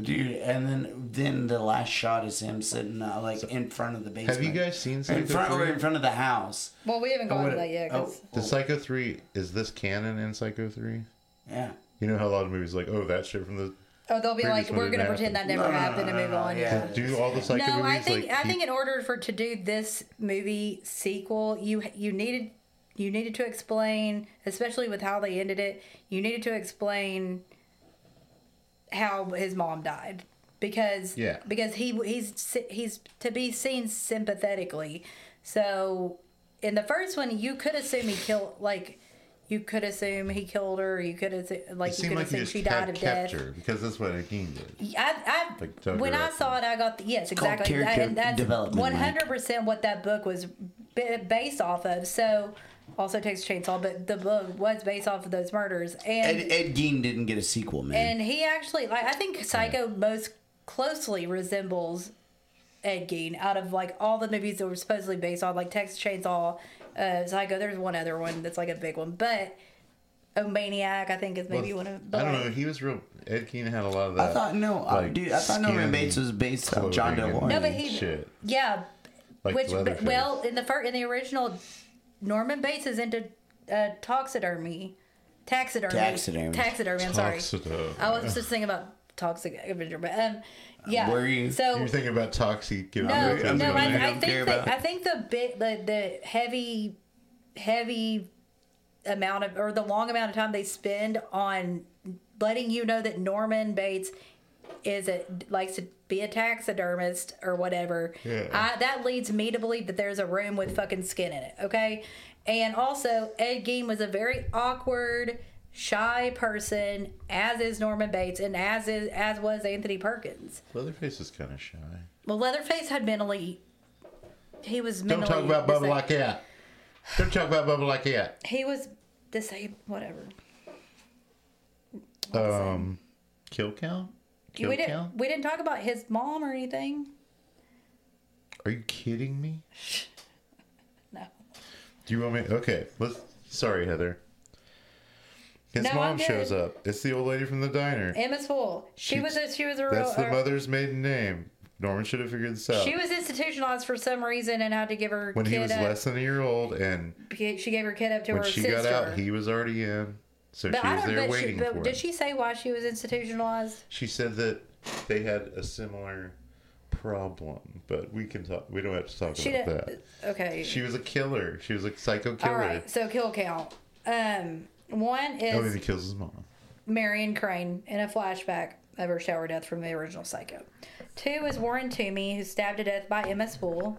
B: Dude, and then then the last shot is him sitting uh, like in front of the basement.
A: Have you guys seen
B: in
A: Psycho
B: front or in
A: Three?
B: front of the house?
C: Well, we haven't gone
B: What-
C: to that yet. 'cause-
B: oh,
A: The Psycho Three is this canon in Psycho Three?
B: yeah.
A: You know how a lot of movies are like, oh, that shit from the
C: Oh, they'll be
A: Previous
C: like,
A: one
C: we're
A: didn't
C: gonna pretend that
A: happen.
C: never
B: No, no,
C: happened
B: no,
C: and
B: no,
C: move
B: no,
C: on.
B: yeah.
A: do all the Psycho
C: No,
A: movies.
C: I think
A: like,
C: I
A: he-
C: think in order for to do this movie sequel, you you needed you needed to explain, especially with how they ended it. You needed to explain how his mom died because
A: Yeah.
C: because he he's si- he's to be seen sympathetically. So in the first one, you could assume he killed like. You could assume he killed her. You could assume, like
A: It
C: you
A: seemed
C: could
A: like he
C: assume
A: just
C: she
A: she
C: died of death.
A: kept her because that's what Hakeem did.
C: I, I
A: Like, dug
C: when
A: her
C: I
A: up.
C: saw it, I got the, yes,
B: called
C: exactly,
B: character
C: and that's
B: development,
C: one
B: Mike.
C: hundred percent what that book was b- based off of. So, also Texas Chainsaw, but the book was based off of those murders, and
B: Ed, Ed Gein didn't get a sequel, man.
C: and he actually, like, I think Psycho most closely resembles Ed Gein out of like all the movies that were supposedly based on, like Texas Chainsaw, uh, Psycho. There's one other one that's like a big one, but. Oh, Maniac, I think is maybe one of.
A: I don't know. He was real. Ed Keen had a lot of that.
B: I thought no, uh,
A: like,
B: dude. I thought Norman
A: skin
B: Bates was based on John
A: clothing
B: DeLorean.
A: and
C: No, but he-
A: shit.
C: Yeah,
A: Like
C: Which, but-
A: Leatherface.
C: well, in the first, in the original, Norman Bates is into uh, toxidermy, taxidermy,
B: Taxidermy.
C: taxidermy. I'm sorry,
A: Toxidermy.
C: I was just thinking about toxic avenger, but um, yeah.
B: were you-
C: So
A: You're thinking about Toxic. giving
C: no,
A: me a
C: no,
A: kiss.
B: you
C: I, I
B: don't care
C: think
B: about.
C: the, I think the bit the, the heavy, heavy amount of or the long amount of time they spend on letting you know that Norman Bates is a likes to be a taxidermist or whatever.
A: Yeah.
C: I, that leads me to believe that there's a room with fucking skin in it. Okay, and also Ed Gein was a very awkward, shy person, as is Norman Bates, and as is as was Anthony Perkins.
A: Leatherface is kind of shy.
C: Well, Leatherface had mentally. He was
A: Don't
C: mentally.
A: talk about Bubba
C: disa-
A: like that. Don't talk about Bubba like that.
C: He was disabled. Whatever.
A: Um, kill count. Kill
C: we didn't.
A: count.
C: We didn't talk about his mom or anything.
A: Are you kidding me?
C: No.
A: Do you want me? Okay. Let's. Sorry, Heather. His
C: No, I'm
A: mom
C: good.
A: shows up. It's the old lady from the diner.
C: Emma's fool. She
A: She's-
C: was. A, she was a real.
A: That's the
C: or-
A: mother's maiden name. Norman should have figured this out.
C: She was institutionalized for some reason and had to give her
A: when
C: kid
A: he was
C: up.
A: less than a year old, and
C: she gave her kid up to
A: when
C: her
A: she
C: sister.
A: got out, he was already in. So
C: but
A: she
C: I
A: was
C: don't.
A: there
C: but she,
A: waiting
C: but
A: for
C: did
A: him.
C: she say why she was institutionalized?
A: She said that they had a similar problem, but we can talk. We don't have to talk
C: She
A: about
C: didn't.
A: that.
C: Okay.
A: She was a killer. She was a psycho
C: All
A: killer.
C: right. So kill count. Um. One is.
A: Oh, and he kills his mom.
C: Marion Crane in a flashback of her shower death from the original Psycho. Two is Warren Toomey, who's stabbed to death by Emma Spool.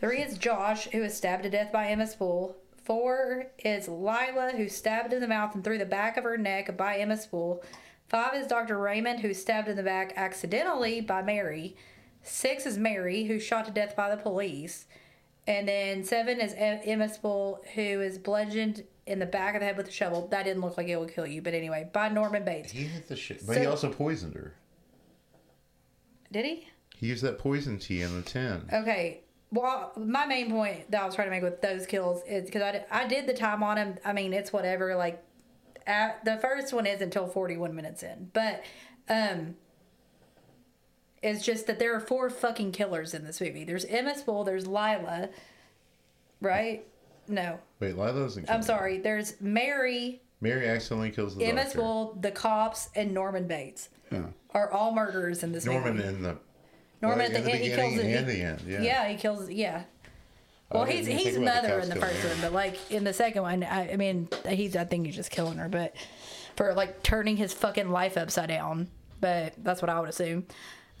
C: Three is Josh, who is stabbed to death by Emma Spool. Four is Lila, who's stabbed in the mouth and through the back of her neck by Emma Spool. Five is Dr. Raymond, who's stabbed in the back accidentally by Mary. Six is Mary, who's shot to death by the police. And then seven is Em- Emma Spool, who is bludgeoned in the back of the head with a shovel. That didn't look like it would kill you, but anyway, by Norman Bates.
A: He hit the shit, but
C: So-
A: he also poisoned her.
C: Did he?
A: He used that poison tea in the tin.
C: Okay. Well, my main point that I was trying to make with those kills is because I, di- I did the time on him. I mean, it's whatever. Like, I, the first one is until 41 minutes in, but um, it's just that there are four fucking killers in this movie. There's Emma Spool, there's Lila, right? No,
A: Wait, Lila doesn't. Kill
C: I'm
A: her.
C: sorry. There's Mary,
A: Mary accidentally kills the
C: Emma
A: doctor.
C: Spool, the cops, and Norman Bates are all murderers in this
A: Norman
C: movie.
A: in the
C: Norman
A: like,
C: at the,
A: in
C: end, he kills
A: beginning
C: the,
A: and the end. Yeah.
C: yeah, he kills. Yeah. Well,
A: I
C: he's
A: didn't even
C: he's
A: think about the
C: mother
A: cops
C: in the
A: killing
C: first
A: her.
C: one, but like in the second one, I, I mean, he's I think he's just killing her, but for like turning his fucking life upside down. But that's what I would assume.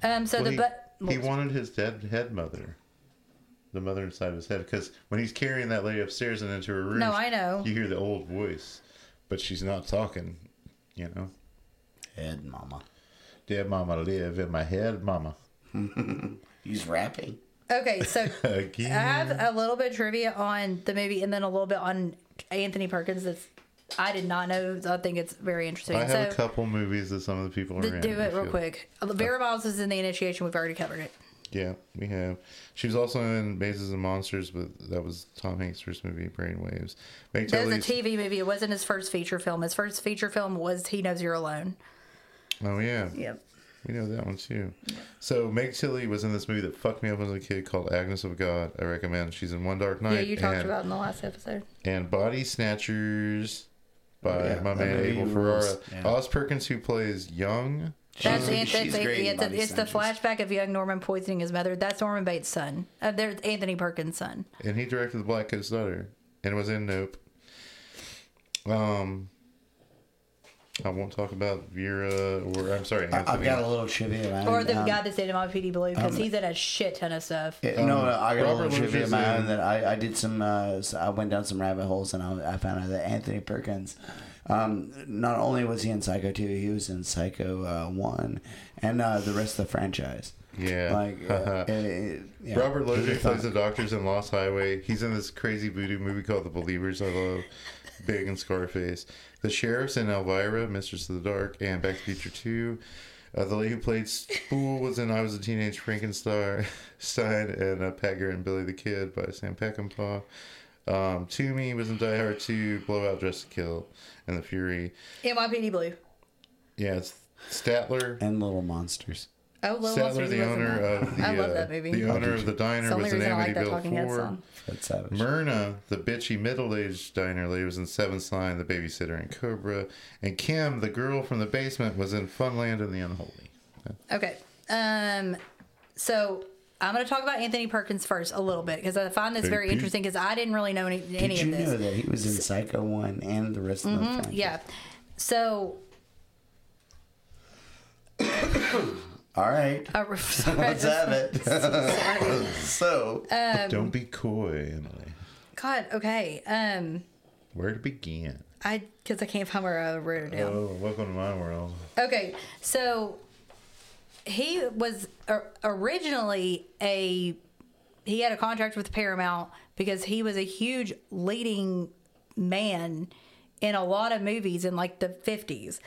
C: Um. So
A: Well,
C: the
A: he,
C: but
A: he wanted his dead head mother, the mother inside of his head, because when he's carrying that lady upstairs and into her room,
C: No, I know.
A: you hear the old voice, but she's not talking. You know,
B: Head mama.
A: dead mama live in my head, mama.
B: He's rapping.
C: okay. So I
A: Again.
C: have a little bit of trivia on the movie, and then a little bit on Anthony Perkins. That's I did not know. so I think it's very interesting.
A: I have a
C: so
A: couple movies that some of the people are in.
C: to do
A: I
C: it real
A: feel.
C: quick. Vera Miles is in the initiation. We've already covered it.
A: Yeah, we have. She was also in Bases and Monsters, but that was Tom Hanks' first movie, Brainwaves. Meg
C: That was a
A: Tilly's-
C: TV movie. It wasn't his first feature film. His first feature film was He Knows You're Alone.
A: Oh yeah,
C: Yep.
A: We know that one too. So Meg Tilly was in this movie that fucked me up as a kid called Agnes of God. I recommend. She's in One Dark Night.
C: Yeah, you talked
A: and,
C: about in the last episode.
A: and Body Snatchers by
B: Oh, Yeah,
A: my
B: that
A: man
B: movie
A: Abel
B: rules.
A: Ferrara.
B: Yeah.
A: Oz Perkins who plays Young.
C: That's
B: She's-
C: Ant-
B: she's
C: that's
B: great in
C: Ant-
B: Body
C: it's the
B: Snatchers.
C: flashback of young Norman poisoning his mother. That's Norman Bates' son. Uh, there's Anthony Perkins' son.
A: And he directed The Black Coat's Daughter. And was in Nope. Um I won't talk about Vera or I'm sorry,
B: I- I've
A: Anthony.
B: got a little trivia. Man.
C: Or the
B: Um,
C: guy that's in NYPD Blue because he's in a shit ton of stuff.
B: Yeah, no, no, I
A: Robert
B: got a little trivia
A: Lucas
B: of my own
A: and-
B: that I, I did some. Uh, s- I went down some rabbit holes and I, I found out that Anthony Perkins, um, not only was he in Psycho two, he was in Psycho uh, one, and uh, the rest of the franchise.
A: Yeah.
B: like uh, it- it- yeah.
A: Robert
B: Who'd
A: Lozier
B: have thought?
A: plays the doctors in Lost Highway. He's in this crazy voodoo movie called The Believers. I love Big and Scarface. The sheriff's in Elvira, Mistress of the Dark, and Back to the Future Two. Uh, the lady who played Spool was in I Was a Teenage Frankenstein, Stein, and uh, Pegger and Billy the Kid by Sam Peckinpah. Um, Toomey was in Die Hard 2, Blowout, Dress to Kill, and The Fury.
C: NYPD Blue.
A: Yeah, it's Statler.
B: and Little Monsters.
C: Oh, Lil
A: Statler,
C: Monsters
A: the
C: was in
A: owner
C: that.
A: of the,
C: I love
A: uh,
C: that movie.
A: the
C: It's
A: owner of the diner
C: the only
A: was in
C: reason I like that
A: Amityville
C: Talking Head
A: 4.
C: song.
B: That's savage.
A: Myrna, the bitchy middle-aged diner lady, was in Seven Sign, The Babysitter, and Cobra. And Kim, the girl from the basement, was in Funland and The Unholy.
C: Okay. Um, so I'm going to talk about Anthony Perkins first a little bit because I find this
A: Big
C: very
A: Pete.
C: interesting because I didn't really know any, any
B: Did you
C: of this.
B: know that he was in Psycho one and the rest of the franchise?
C: Yeah. So
B: All right.
C: A ref-
B: Let's have it. so,
C: Um,
A: Don't be coy, Emily.
C: God, okay. Um,
A: Where to begin?
C: I because I can't find where I wrote it down.
A: Oh, welcome to my world.
C: Okay, so he was or- originally a he had a contract with Paramount because he was a huge leading man in a lot of movies in like the 50s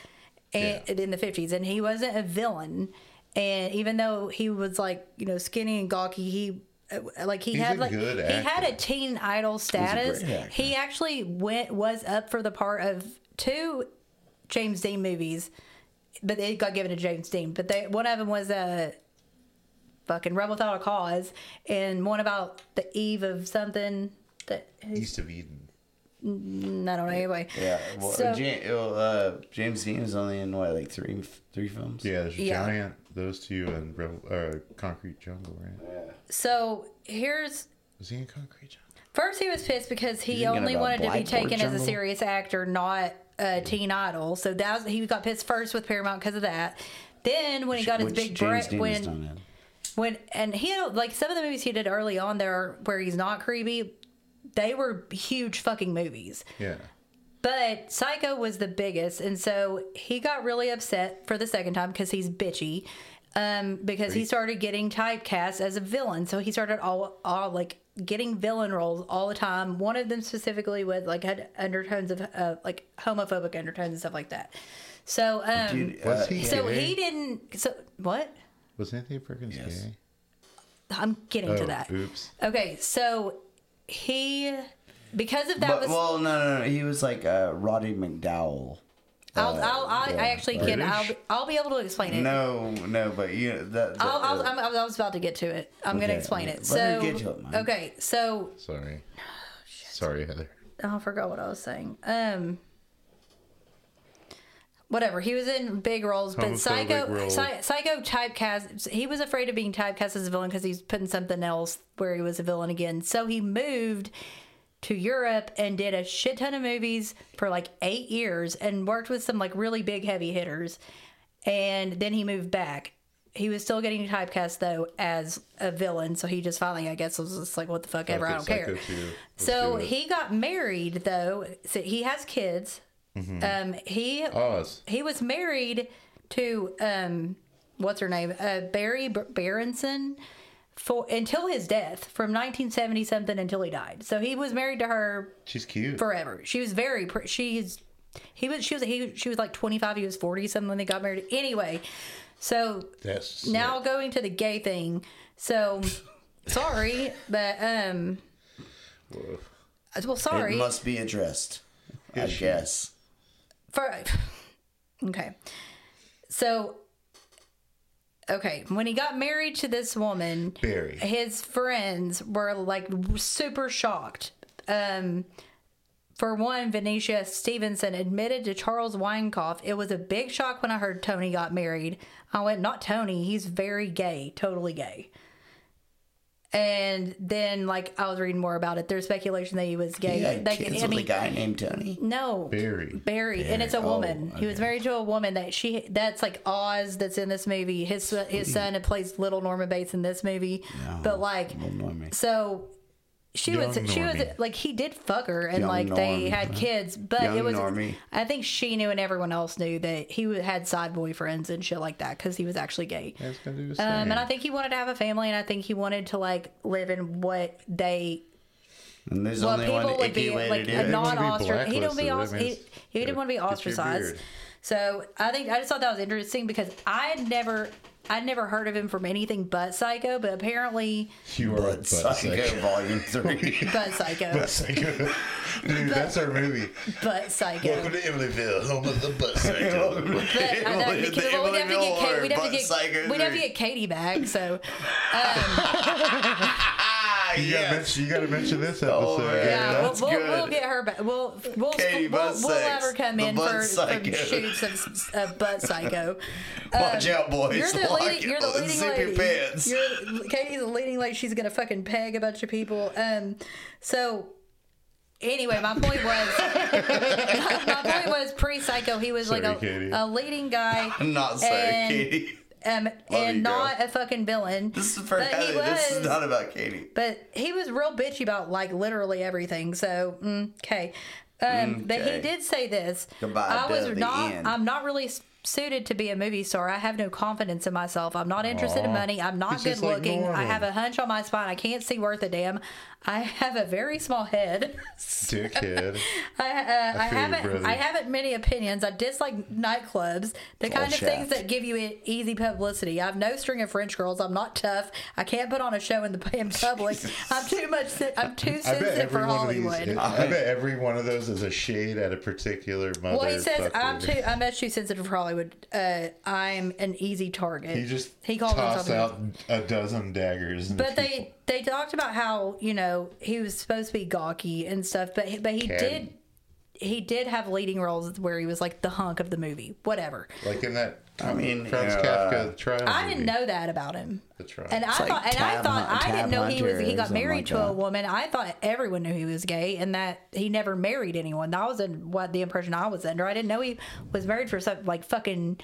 C: and
A: Yeah.
C: in the 50s and he wasn't a villain and even though he was like you know skinny and gawky he uh, like he
A: He's
C: had
A: a
C: like
A: good
C: he had a
A: actor.
C: teen idol status
B: great actor.
C: he actually went was up for the part of two James Dean movies but it got given to James Dean but they one of them was a fucking Rebel Without a Cause, and one about the eve of something that
A: East of Eden.
C: I don't know. Anyway,
B: yeah. Well,
C: So-
B: James, uh, James Dean is only in what, like three, three films?
A: Yeah, there's
C: Yeah.
A: giant. Those two and Rebel, uh, Concrete Jungle, right?
C: so here's
A: Was he in Concrete Jungle?
C: first he was pissed because he
B: thinking
C: only
B: about
C: wanted to be
B: Blackboard
C: taken as a
B: Jungle?
C: serious actor, not a teen idol. So that was, he got pissed first with Paramount because of that. Then when he got his
B: Which
C: big
B: James
C: break,
B: Dean
C: when
B: is not in.
C: when and he had, like some of the movies he did early on there where he's not creepy, they were huge fucking movies.
A: Yeah.
C: But Psycho was the biggest, and so he got really upset for the second time because he's bitchy. Um, because he started getting typecast as a villain, so he started all, all like getting villain roles all the time. One of them specifically was like had undertones of uh, like homophobic undertones and stuff like that. So, um,
B: Dude,
A: Was
B: uh,
A: he
C: so
A: gay?
C: he didn't. So what?
A: Was Anthony Perkins
B: Yes.
A: gay?
C: I'm getting to
A: Oh,
C: that.
A: oops.
C: Okay, so he because of that
B: But,
C: was
B: well, no, no, no. He was like uh, Roddy McDowell.
C: I'll, I'll, I, I actually can I'll,
A: British?
C: I'll be able to explain it.
B: No, no, but you. The, the,
C: I'll, I'll,
B: uh,
C: I'm, I was about to get to it. I'm going to
B: Okay,
C: explain
B: okay.
C: it.
B: Let her
C: So
B: get to it, man.
C: okay, so
A: Sorry. Sorry, Heather.
C: oh, I forgot what I was saying. Um, whatever. He was in big roles, but
A: Homophobic
C: psycho
A: role.
C: Psy, psycho typecast. He was afraid of being typecast as a villain because he's putting something else where he was a villain again. So he moved to Europe and did a shit ton of movies for like eight years and worked with some like really big heavy hitters. And then he moved back. He was still getting typecast though as a villain, so he just finally, I guess, was just like, "What the fuck, ever? I
A: it,
C: don't care."
A: Psycho 2. Let's
C: so
A: do it.
C: he got married though. So he has kids. Um, he
A: Oz.
C: he was married to um, what's her name? Uh, Barry B- Berenson for until his death from 1970 something until he died. So he was married to her
A: She's cute.
C: forever. She was very pr- she's he was she was he, she was like 25, he was 40 something when they got married. Anyway, so
A: That's
C: now going to the gay thing. So sorry, but um
A: Whoa.
C: well sorry.
B: It must be addressed. I
A: Issue.
B: guess.
C: For okay, so okay, when he got married to this woman,
A: Barry.
C: his friends were like super shocked. Um, for one, Venetia Stevenson admitted to Charles Weinkoff, "It was a big shock when I heard Tony got married. I went, not Tony. He's very gay, totally gay." And then, like, I was reading more about it. There's speculation that he was gay.
B: Yeah,
C: Like,
B: kids
C: I
B: with a
C: mean,
B: guy named Tony.
C: no,
A: Barry.
C: Barry, and it's a
B: Oh,
C: woman. He was
B: okay.
C: married to a woman that she that's like Oz that's in this movie. His son-
B: Mm.
C: his son that plays little Norman Bates in this movie, but like
B: Little Normie.
C: so. She was
A: Young
C: she was
A: Normie.
C: like he did fuck her and
B: Young
C: like they
B: Norm.
C: had kids, but
B: Young
C: it was
B: Normie.
C: I think she knew and everyone else knew that he had side boyfriends and shit like that because he was actually gay.
A: That's gonna do the
C: Um,
A: same.
C: and I think he wanted to have a family, and I think he wanted to like live in what they
B: And there's
C: well,
B: only one
C: people would
B: icky
C: be
B: way
C: like
B: to do
C: a
B: it.
A: wanna
C: non
A: be
C: ostracized. He don't be
A: blacklisted. That
C: ostr- he,
A: means
C: he didn't want to be
A: get your
C: ostracized.
A: beard.
C: So I think I just thought that was interesting because I had never I'd never heard of him from anything but Psycho, but apparently
A: you are a
B: But
A: butt
B: Psycho
A: psycho.
B: Volume 3.
C: but Psycho,
A: Psycho. Dude, that's our movie.
C: but
A: to
C: Psycho.
A: Emilyville, home of the butt psycho.
C: But I know,
B: Emily-
C: because,
B: the
C: well, we'd have to
B: Emily
C: get Kate, we'd have to
B: Miller,
C: get
B: Psycho
C: we'd have to
B: three.
C: get Katie back. So
B: ah,
A: You gotta, mention, you gotta mention this episode.
B: Oh, man. Yeah,
C: yeah, we'll,
B: that's
C: we'll,
B: good.
C: we'll get her back. We'll we'll
B: Katie
C: we'll, we'll,
B: Butt
C: have her
B: Sex,
C: come
B: the
C: in
B: Butt
C: for, for
B: Psycho.
C: shoots of, of butt Psycho.
B: Watch out, boys.
C: Uh, You're the
B: Lock
C: leading. You're the
B: your-
C: leading
B: zip
C: lady.
B: your pants.
C: You're, Katie's the leading lady. She's gonna fucking peg a bunch of people. Um. So. Anyway, my point was, my point was pre-psycho. He was
A: Sorry,
C: like
A: Katie.
C: a, a leading guy.
B: I'm not saying,
C: And-
B: Katie.
C: um,
D: Love
C: and
D: you, girl.
C: not a fucking villain.
D: This is for
C: But he
D: Heather. This is
C: was-
D: not about Katie.
C: But he was real bitchy about like literally everything. So okay, um, but he
D: Mkay.
C: did say this.
D: Goodbye
C: I was
D: to the
C: not.
D: end."
C: I'm not really s- suited to be a movie star. I have no confidence in myself. I'm not interested in
A: Aw.
C: money. I'm not
A: He's
C: good
A: just like
C: looking. I
A: Norman.
C: have a hunch on my spine. I can't see worth a damn. I have a very small head.
A: Dickhead.
C: I, uh, I,
A: I feel you,
C: haven't.
A: brother.
C: I haven't many opinions. I dislike nightclubs, the kind of
B: shaft.
C: things that give you e- easy publicity. I've no string of French girls. I'm not tough. I can't put on a show in the in public. I'm too much. sen- I'm too
A: I bet
C: sensitive for
A: every one of these.
C: Hollywood.
A: I bet every one of those is a shade at a particular mother.
C: well, he says I'm
A: fucker.
C: too. I'm much too sensitive for Hollywood. Uh, I'm an easy target.
A: He just
C: he called
A: tossed
C: himself. an-
A: out a dozen daggers. into
C: But they they talked about how you know he was supposed to be gawky and stuff, but he, but he
A: Catty.
C: did he did have leading roles where he was like the hunk of the movie, whatever.
A: people. like in that.
D: I mean,
A: Franz
D: uh,
A: Kafka trial.
C: I
A: movie.
C: didn't know that about him.
A: The trial.
C: And I
B: like
C: thought, and I
B: Tab
C: thought,
B: Hunt-
C: I didn't
B: Tab
C: know he was.
B: Hunter
C: He
B: or
C: got
B: something
C: married
B: like
C: to a
A: oh.
B: that.
C: woman. I thought everyone knew he was gay, and that he never married anyone. That was in, what the impression I was under. I didn't know he was married for some like fucking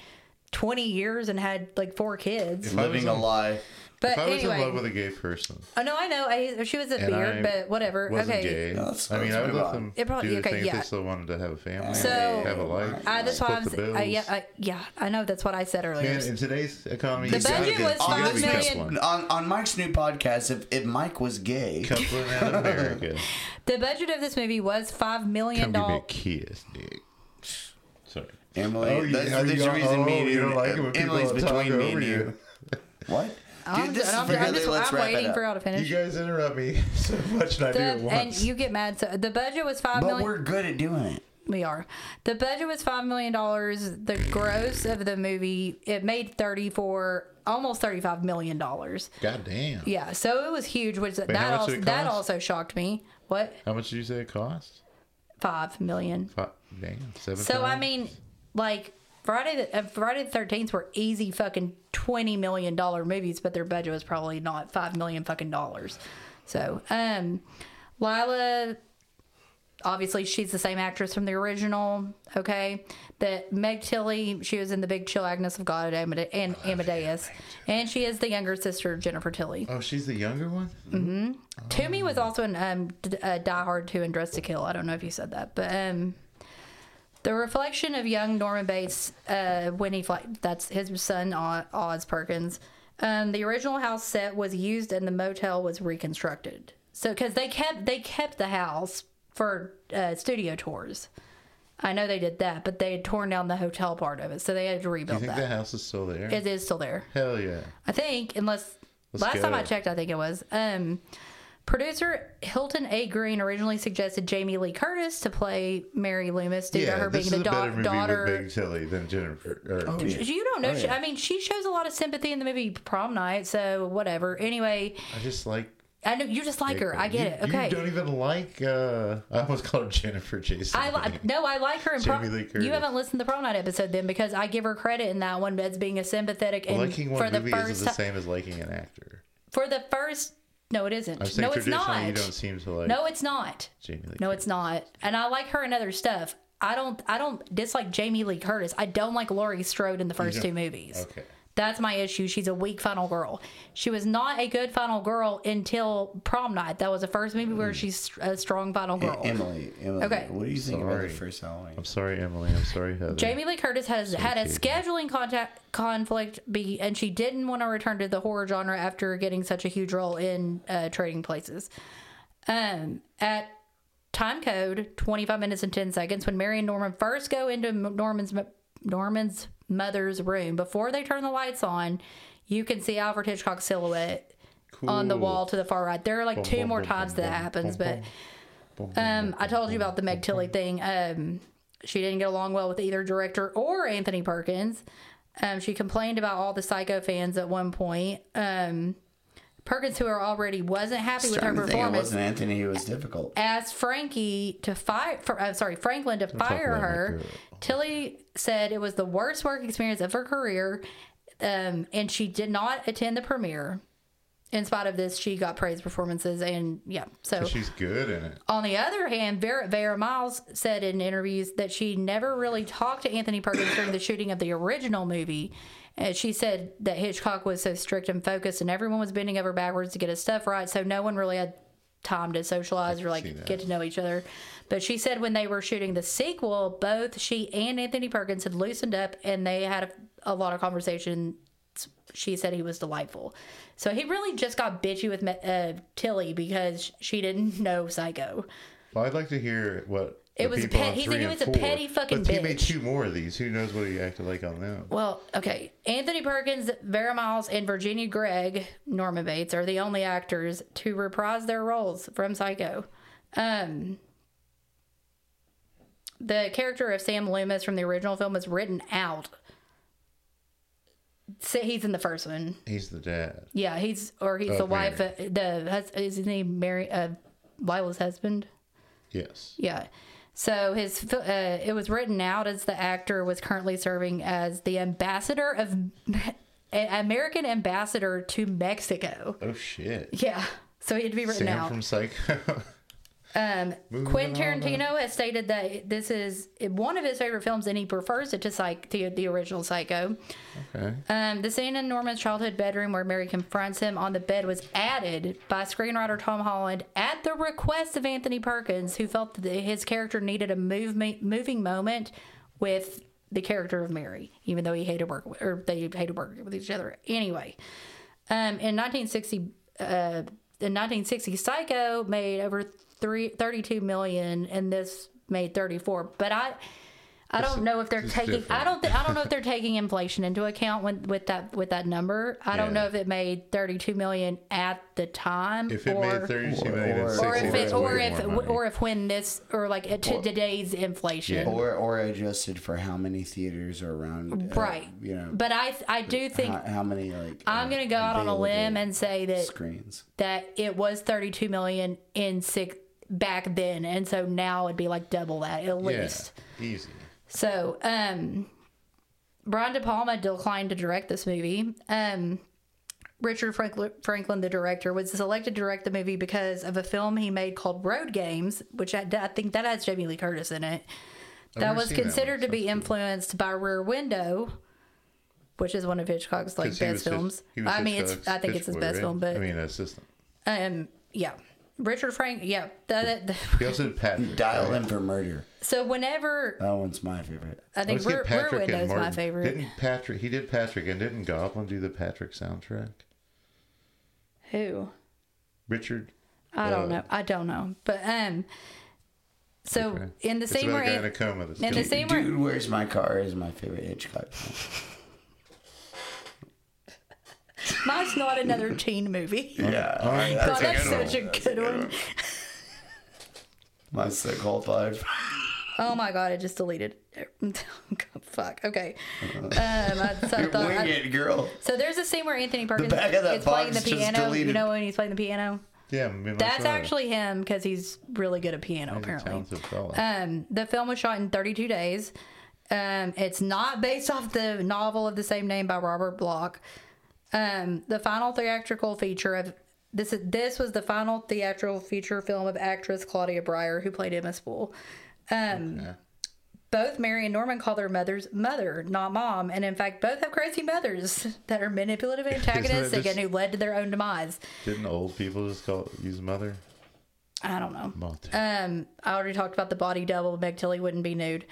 C: twenty years and had like four kids.
A: If I was
D: Living a
A: in-
D: lie.
C: But
A: if I was
C: anyway,
A: in love with a gay person,
C: oh no, I know I, she was a
A: and I
C: beard, but whatever.
A: wasn't
C: Okay,
A: gay.
D: That's-
A: I mean,
D: that's
A: I would
D: move
A: let
D: on.
A: them
C: It probably-
A: do the
C: okay,
A: thing if
C: yeah.
A: they still wanted to have a family,
C: So-
A: have a life,
C: I, Uh, that's why I
A: split
C: was.
A: the bills.
C: I, yeah, I, yeah, I know that's what I said earlier.
A: Man, in today's economy,
C: The
A: you gotta
C: budget
A: get-
C: was
A: you
D: On
A: gotta
C: five
D: this
A: be
C: million.
A: coupling.
D: new, on, on Mike's new podcast, if, if Mike was gay,
A: Coupling in America.
C: the budget of this movie was five
A: Come
C: million
A: give me a
C: dollars.
A: kiss, Nick. Sorry.
D: Emily,
A: you-
D: that's,
A: oh, you
D: there's a
A: don't-
D: reason me
A: oh,
D: and
A: you don't like it
D: you,
A: when people
D: Emily's
A: talk
D: between me
A: over
D: and you.
A: you.
D: What?
C: I'm,
D: Dude, this
C: I'm-
D: is for
C: I'm
D: Heather.
C: just-
D: Let's
C: I'm
D: wrap it
C: waiting for
D: up.
C: y'all to finish.
A: You guys interrupt me so much, and I do
C: The-
A: it
C: and
A: once.
C: you get mad. So the budget was five
D: But
C: million.
D: we're good at doing it.
C: We are. The budget was five million dollars. The gross of the movie it made thirty four, almost thirty five million dollars.
A: God damn.
C: Yeah, so it was huge. Which that
A: much
C: also
A: did it
C: that
A: cost?
C: also shocked me. What
A: How much did you say it cost?
C: five million?
A: Five, damn, seven.
C: So I
A: times?
C: mean, like Friday the uh, Friday the Thirteenth were easy fucking twenty million dollar movies, but their budget was probably not five million fucking dollars. So, um, Lila, obviously she's the same actress from the original. Okay, that Meg Tilly, she was in the Big Chill Agnes of God and Amade- and Amadeus, and she is the younger sister of Jennifer Tilly.
A: Oh, she's the younger one.
C: Toomey was also in um, D- uh, Die Hard 2 and Dress to Kill. I don't know if you said that, but um, the reflection of young Norman Bates uh, when he fly- that's his son O- Oz Perkins. Um, the original house set was used and the motel was reconstructed. So because they kept they kept the house for uh, studio tours. I know they did that, but they had torn down the hotel part of it, so they had to
A: You
C: rebuild
A: think
C: that.
A: the house is still there?
C: It is still there.
A: Hell yeah.
C: I think, unless last time I
A: go.
C: checked, I think it was. Um, producer Hilton A. Green originally suggested Jamie Lee Curtis to play Mary Loomis due to
A: yeah,
C: her being
A: this
C: the
A: is a better
C: da-
A: movie with Oh,
C: daughter. Oh,
A: Big Tilly than Jennifer. Or,
C: You don't know. she, I mean, she shows a lot of sympathy in the movie Prom Night, so whatever. Anyway,
A: I just like.
C: I know you just like her. I get it.
A: You-
C: Okay.
A: You don't even like. uh I almost called her Jennifer Jason.
C: I li- no, I like her in prom.
A: Jamie Lee
C: you
A: Curtis.
C: haven't listened to the prom night episode then because I give her credit in that one as being a sympathetic and
A: liking
C: for
A: one
C: the
A: movie
C: first
A: isn't the
C: ti-
A: same as liking an actor.
C: for the first no it
A: I'm
C: isn't
A: saying
C: no it's
A: traditionally
C: not
A: you don't seem to like.
C: no it's not
A: Jamie Lee.
C: No,
A: Curtis.
C: it's not. And I like her in other stuff. I don't. I don't dislike Jamie Lee Curtis. I don't like Laurie Strode in the first two movies.
A: Okay.
C: That's my issue. She's a weak final girl. She was not a good final girl until Prom Night. That was the first movie where she's a strong final girl.
D: E- Emily, Emily,
C: Okay.
D: what do you think about
A: Sorry.
D: the first Halloween?
A: I'm sorry, Emily. I'm sorry, Heather.
C: Jamie Lee Curtis has had a scheduling contact, conflict, be, and she didn't want to return to the horror genre after getting such a huge role in uh, Trading Places. Um, at time code 25 minutes and 10 seconds, when Mary and Norman first go into M- Norman's m- Norman's mother's room, before they turn the lights on, you can see Alfred Hitchcock's silhouette on the
A: Cool.
C: wall to the far right. There are like two
A: bum,
C: more
A: bum,
C: times
A: bum,
C: that
A: bum,
C: happens,
A: bum,
C: but um, I told you about the Meg Tilly thing. Um, she didn't get along well with either director or Anthony Perkins. Um, she complained about all the psycho fans at one point. Um, Perkins, who already wasn't happy with her
D: Starting to think it
C: performance,
D: wasn't Anthony who was difficult.
C: asked Frankie to fire. For, I'm sorry, Franklin to fire
A: about my
C: her.
A: girl.
C: Tilly said it was the worst work experience of her career, um, and she did not attend the premiere. In spite of this, she got praise performances, and yeah, so.
A: She's good in it.
C: On the other hand, Vera, Vera Miles said in interviews that she never really talked to Anthony Perkins during the shooting of the original movie. And she said that Hitchcock was so strict and focused, and everyone was bending over backwards to get his stuff right, so no one really had time to socialize or
A: see
C: like
A: that.
C: get to know each other. But she said when they were shooting the sequel, both she and Anthony Perkins had loosened up, and they had a, a lot of conversation. She said he was delightful, so he really just got bitchy with uh, Tilly because she didn't know Psycho.
A: Well, I'd like to hear what
C: It
A: the
C: was a
A: people
C: pet-
A: on
C: he
A: three
C: said he
A: and
C: was a
A: four-
C: petty fucking
A: But he made
C: bitch.
A: two more of these. Who knows what he acted like on them?
C: Well, okay. Anthony Perkins, Vera Miles, and Virginia Gregg, Norma Bates, are the only actors to reprise their roles from Psycho. Um, the character of Sam Loomis from the original film was written out. So he's in the first one.
A: He's the dad.
C: Yeah, he's or he's the wife.
A: Mary.
C: Of, the hus- is his name Mary? Uh, Lila's husband.
A: Yes.
C: Yeah. So his fil- uh, it was written out as the actor was currently serving as the ambassador of an American ambassador to Mexico.
A: Oh shit.
C: Yeah. So he had to be written
A: Sam
C: out.
A: from Psycho.
C: Um,
A: Moving
C: Quentin
A: on up.
C: Tarantino has stated that this is one of his favorite films, and he prefers it to Psych, the, the original Psycho.
A: okay.
C: Um, the scene in Norman's childhood bedroom where Mary confronts him on the bed was added by screenwriter Tom Holland at the request of Anthony Perkins, who felt that his character needed a movement, moving moment with the character of Mary, even though he hated work or they hated working with each other. Anyway, um, in 1960, uh, in 1960, Psycho made over three, 32 million, and this made 34. But I, I don't know if they're
A: it's
C: taking.
A: different.
C: I don't. Th- I don't know if they're taking inflation into account when, with that with that number. I don't
A: Yeah.
C: know if it made 32 million at the time,
A: If it
C: or
A: made thirty-two million,
D: or-
A: and
C: or if
A: 60
C: it,
A: that's
C: or
A: way
C: if
A: more money.
C: or if when this or like uh, to today's inflation.
D: Or or adjusted for how many theaters are around. uh,
C: Right,
D: You know,
C: but I I do think
D: how, how many like.
C: I'm
D: uh,
C: gonna go out on a
D: available
C: limb and say that
D: Screens.
C: that it was 32 million in six back then and so now it'd be like double that at
A: yeah.
C: least
A: Easy.
C: so um brian de palma declined to direct this movie um richard franklin, franklin the director was selected to direct the movie because of a film he made called road games which i, I think that has jamie lee curtis in it that
A: never
C: was
A: seen that one,
C: considered to
A: so
C: be influenced by rear window which is one of hitchcock's like
A: 'Cause he
C: best
A: was his-
C: films
A: he was
C: i mean it's
A: Hitchcock's
C: i think it's his
A: Hitchcock,
C: best
A: right?
C: film but
A: I mean, assistant.
C: um, yeah, Richard Frank. Yeah, that, that-
A: He also did Patrick.
D: Dial
A: right?
D: in for murder.
C: so whenever
D: That one's my favorite.
C: I think
A: Let's get
C: Rear, Rear
A: Patrick
C: Window
A: and
C: is
A: Martin.
C: my favorite.
A: Didn't Patrick? He did Patrick, and didn't Goblin do the Patrick soundtrack?
C: Who?
A: Richard.
C: I don't
A: Uh,
C: know. I don't know. But um, so
A: okay.
C: in the
A: It's
C: same
A: about a guy
C: way,
A: in a coma. that's
C: in the
A: killed.
C: same way,
D: Dude, where's my car? Is my favorite Hitchcock. film.
C: mine's not another teen movie.
D: yeah,
A: I'm
C: God,
A: perfect.
C: that's such a good one.
D: my sick whole life.
C: Oh my god, I just deleted. it. Fuck. Okay. Um, I, so I thought.
D: Wing
C: I,
D: it, girl.
C: so there's a scene where Anthony Perkins
D: back of that
C: is playing
D: box
C: the
D: just
C: piano. You
D: deleted.
C: know when he's playing the piano?
A: Yeah, me and my
C: That's
A: brother.
C: actually him because he's really good at piano.
A: He's a
C: apparently,
A: talented fella.
C: Um, the film was shot in 32 days. Um, it's not based off the novel of the same name by Robert Block. Um, the final theatrical feature of this is this was the final theatrical feature film of actress Claudia Breyer who played Emma Spool. Um,
A: Okay.
C: Both Mary and Norman call their mothers mother, not mom, and in fact, both have crazy mothers that are manipulative antagonistic
A: just-
C: and who led to their own demise.
A: Didn't old people just call use mother?
C: I don't know.
A: Mother.
C: Um, I already talked about the body double. Meg Tilly wouldn't be nude.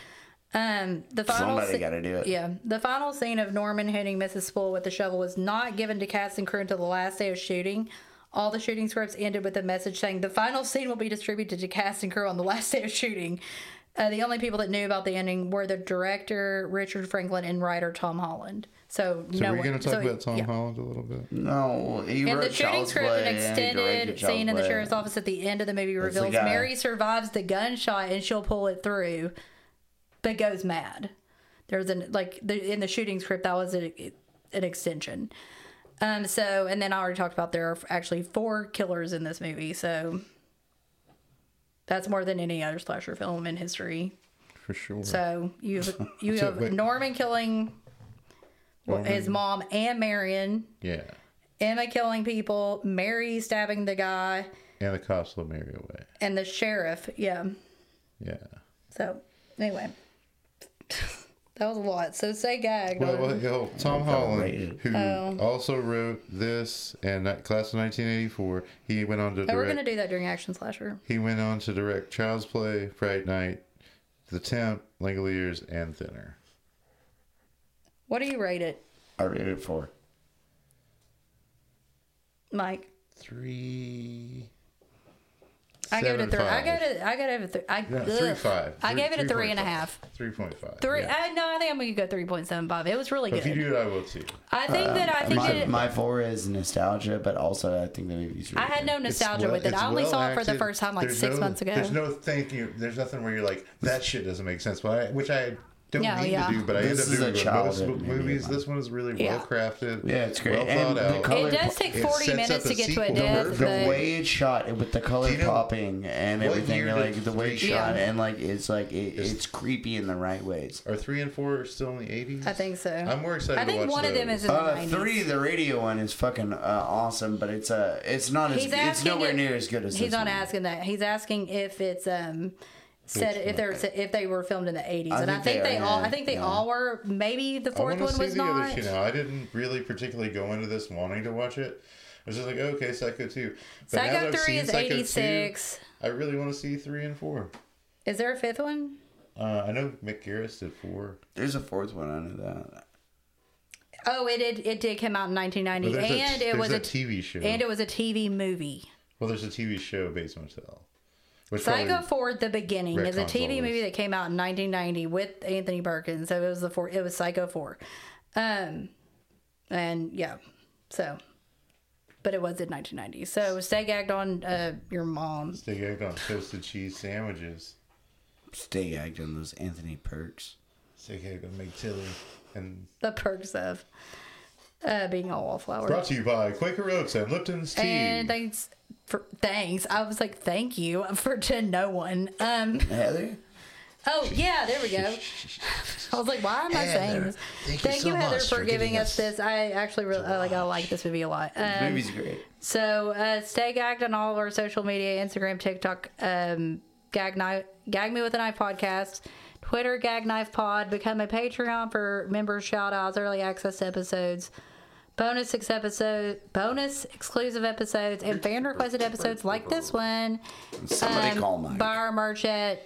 C: Um, the final
D: Somebody
C: sce-
D: got to do it.
C: yeah, the final scene of Norman hitting Mrs. Spool with the shovel was not given to cast and crew until the last day of shooting. All the shooting scripts ended with a message saying the final scene will be distributed to cast and crew on the last day of shooting. Uh, the only people that knew about the ending were the director Richard Franklin and writer Tom Holland. So,
A: so
C: no
A: we're
C: one-
A: going to talk
C: so,
A: about Tom
C: yeah. Mm.
A: Holland a little bit.
D: No, he
C: And
D: wrote
C: the shooting
D: Child's
C: script
D: Play
C: and
D: and he
C: extended
D: directed Child's
C: scene in the
D: Play.
C: sheriff's office at the end of the movie
D: the
C: reveals
D: guy.
C: Mary survives the gunshot and she'll pull it through, but goes mad. There's an like the, in the shooting script that was a, an extension. Um. So and then I already talked about there are actually four killers in this movie. So that's more than any other slasher film in history.
A: For sure.
C: So you've you
A: So,
C: have
A: wait.
C: Norman killing well, his mom and Marion
A: yeah.
C: Emma killing people, Mary stabbing the guy,
A: And the cops will marry away.
C: and the sheriff. Yeah.
A: Yeah.
C: So anyway, that was a lot. So say gag.
A: Well,
C: on-
A: well, yo, Tom Holland, who
C: Oh.
A: also wrote this and that class of 1984, he went on to
C: Oh, we're
A: direct.
C: gonna do that during Action Slasher.
A: He went on to direct Child's Play, Fright Night, The Temp, Langoliers, and Thinner.
C: What do you rate it,
D: I rated it four.
C: Mike?
A: Three.
C: I gave it
A: seven,
C: a three. I
A: five.
C: gave it. I gave it a three. I,
A: No,
C: ugh.
A: three five.
C: I gave it a three and a
A: 3.5.
C: half.
A: Three point five.
C: Three.
A: yeah.
C: I, no, I think I'm gonna go three point seven five. It was really
A: If you
C: good.
A: do uh, it, I will too.
C: I think that I think
D: my,
C: that it,
D: my four is nostalgia, but also I think the movie's really
C: I had
D: good.
C: no nostalgia with it. I only saw it for the first time like six months ago.
A: There's no thank you. There's nothing where you're like that shit doesn't make sense. But I, which I don't
C: No,
A: mean
C: yeah.
A: to do, but I
D: This
A: end
D: is a
A: up doing with most
D: childhood
A: mo-
D: movie of
A: movies.
D: mine.
A: This one is really
C: Yeah.
A: well crafted.
D: Yeah, it's great.
A: Well
D: And
A: thought
D: the
A: out.
D: color-
C: it does take
A: It
C: forty
A: sets
C: minutes
A: up
C: to
A: a
C: get to a
A: sequel.
C: death.
A: The-
D: the
C: but-
D: way it's shot and with the color
A: Do you know
D: popping and
A: what
D: everything,
A: year
D: they're
A: did
D: like the way it's
A: three
D: shot
C: come?
D: and like it's like it, it's creepy in the right ways.
A: Are three and four still in the eighties?
C: I think so.
A: I'm more excited
C: I
A: to
C: think
A: watch
C: one of them
A: those.
C: is in the
D: Uh,
C: 90s.
D: three, the radio one is fucking uh, awesome, but it's uh, it's not as
C: He's
D: it's
C: asking
D: nowhere
C: if-
D: near as good as
C: He's
D: this
C: not
D: one.
C: asking that. He's asking if it's um said if they're if they were filmed in the eighties,
D: I
C: and I
D: think
C: think
D: they
C: they,
D: are,
C: all
D: yeah.
C: I think they all were. Maybe the
A: I
C: fourth
A: wanna
C: one
A: see
C: was
A: the
C: not.
A: other two now. I didn't really particularly go into this wanting to watch it. I was just like, okay, Psycho two. But now that
C: Psycho
A: I've
C: three
A: seen
C: is
A: Psycho 2,
C: eighty six.
A: I really want to see three and four.
C: Is there a fifth one?
A: Uh, I know Mick Garris did four.
D: There's a fourth one under that.
C: Oh, it did. It did come out in nineteen ninety,
A: there's a-
C: and it
A: there's
C: was
A: a
C: a
A: TV show.
C: and it was a TV movie.
A: Well, there's a TV show, Bates Motel. Which
C: Psycho
A: probably-
C: Four: The Beginning is a
A: retcons all
C: TV
A: this.
C: movie that came out in 1990 with Anthony Perkins. So it was the four. It was Psycho Four, um, and yeah, so, but it was in 1990. So stay gagged on uh, your mom.
A: They gagged on toasted cheese sandwiches.
D: Stay gagged on those Anthony Perks.
A: They gagged on McTilly. And
C: The perks of uh, being a wallflower.
A: brought to you by Quaker Oats and Lipton's Tea.
C: And thanks for thanks. I was like, thank you for to no one. Um.
D: Heather,
C: Oh yeah, there we go. I was like, why am I saying this? Thank, you, Heather, for giving us this. I actually really I like. I like this movie a lot.
D: the
C: Um,
D: movie's great.
C: so uh, stay gagged on all of our social media: Instagram, TikTok, um, gag knife, gag me with a knife podcast, Twitter, gag knife pod. Become a Patreon for member shout outs, early access to episodes. Bonus six episodes, bonus exclusive episodes, and fan requested episodes like this one
D: Somebody
C: um,
D: call Mike.
C: Buy our merch at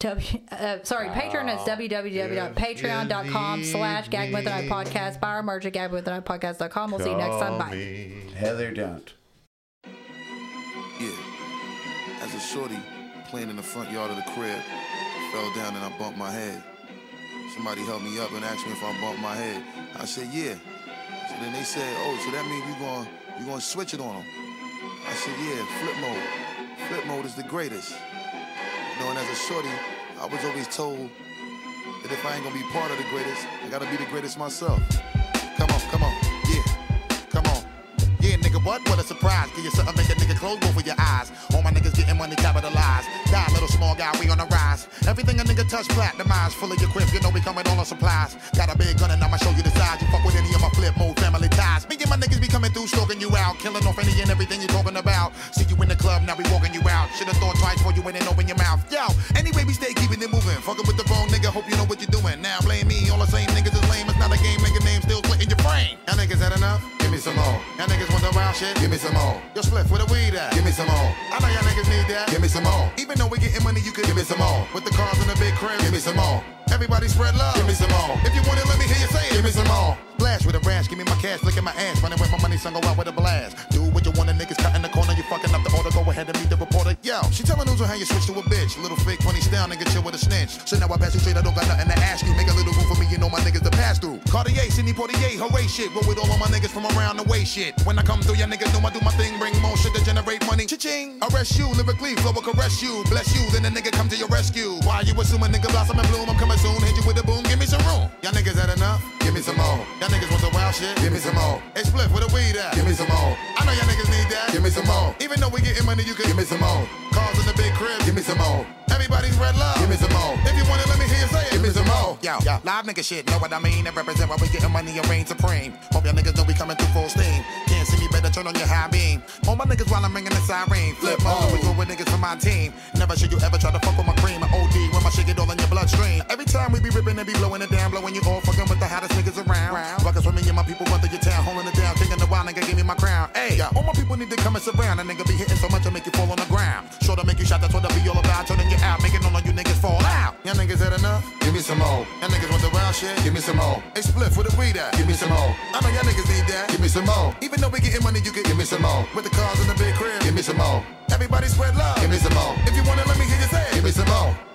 C: W, uh, sorry, Patreon
D: Oh,
C: is www.patreon.com
A: Give
C: slash gag with an eye
A: me-
C: podcast. Buy our merch at gag with an eye podcast.com. We'll see you next time.
A: Call
C: Bye.
A: me.
D: Heather, don't.
E: Yeah. As a shorty, playing in the front yard of the crib, fell down and I bumped my head. Somebody helped me up and asked me if I bumped my head. I said, yeah. So then they said, oh, so that means you going you gonna switch it on them. I said, yeah, flip mode. Flip mode is the greatest. You know, and as a shorty, I was always told that if I ain't gonna be part of the greatest, I gotta be the greatest myself. Come on, come on, yeah, come on. Yeah, nigga, what? What a surprise. Give you something, make a nigga close both of your eyes. All my niggas getting money capitalized. Die, little small guy, we on the rise. Everything a nigga touch, platinumized. Full of your quip, you know we coming all on supplies. Got a big gun and I'ma show you the size. You fuck with any of my flip mode family ties. Me and my niggas be coming through, stalking you out. Killing off any and everything you talking about. See you in the club, now we walking you out. Should've thought twice before you went and opened your mouth. Yo, anyway, we stay keeping it moving. Fucking with the wrong nigga, hope you know what you're doing. Now blame me, all the same niggas is lame. It's not a game, nigga name still splitting your brain. Y'all niggas had enough? Give me some more. Y'all niggas want the wild shit? Give me some more. Yo, split with a weed at? Give me some more. I know y'all niggas need that. Give me some more. Even though we getting money, you could give me some more. With the cars and the big crib, give me some more. Everybody spread love. Give me some more. If you want it, let me hear you say it. Give me some more. Blast with a rash, give me my cash, licking my ass, running with my money, son, go out with a blast. Do what you want, the niggas cut in the corner, you fucking up the order, go ahead and meet the reporter. Yo, she telling news on how you switch to a bitch. Little fake, funny style, nigga chill with a snitch. So now I pass you straight, I don't got nothing to ask you. Make a little room for me, you know my niggas to pass through. Cartier, Sydney Portier, hooray shit. Roll with all of my niggas from around the way shit. When I come through, your niggas know I do my thing, bring more shit to generate money. Cha-ching, arrest you, lyrically, flow will caress you. Bless you, then the nigga come to your rescue. Why you assume a nigga blossom and bloom? I'm coming soon, hit you with a boom, give me some room. Y'all niggas had enough? Give me some more. Y'all niggas want the wild shit? Give me some more. Hey, split with a weed at? Give me some more. I know y'all niggas need that. Give me some more. Even though we getting money, you can give me some more. Cars in the big crib. Give me some more. Everybody's red love. Give me some more. If you want it, let me hear you say it. Give me some more. Yo, yo, live nigga shit. Know what I mean? And represent why we getting money and reign supreme. Hope y'all niggas know we coming through full steam. Can't can't see me, better turn on your high beam. All my niggas while I'm ringing the siren. Flip mode, we go with niggas on my team. Never should you ever try to fuck with my cream. I OD when my shit get all in your bloodstream. Every time we be ripping and be blowing it down, blowing you all fucking with the hottest niggas around. Ruckus with me and my people run through your town, holding it down, thinking the wild nigga give me my crown. Hey, all my people need to come and surround. A nigga be hitting so much I make you fall on the ground. Sure to make you shot, that's what I be all about. Turning you out, making all of you niggas fall out. Y'all niggas had enough? Give me some more. Y'all niggas want the wild shit? Give me some more. Hey, spliff with a weed at? Give me some more. I know y'all niggas need that. Give me some more. Even though we getting money, you can give me some more. With the cars in the big crib. Give me some more. Everybody spread love. Give me some more. If you wanna let me hear you say. Give me some more.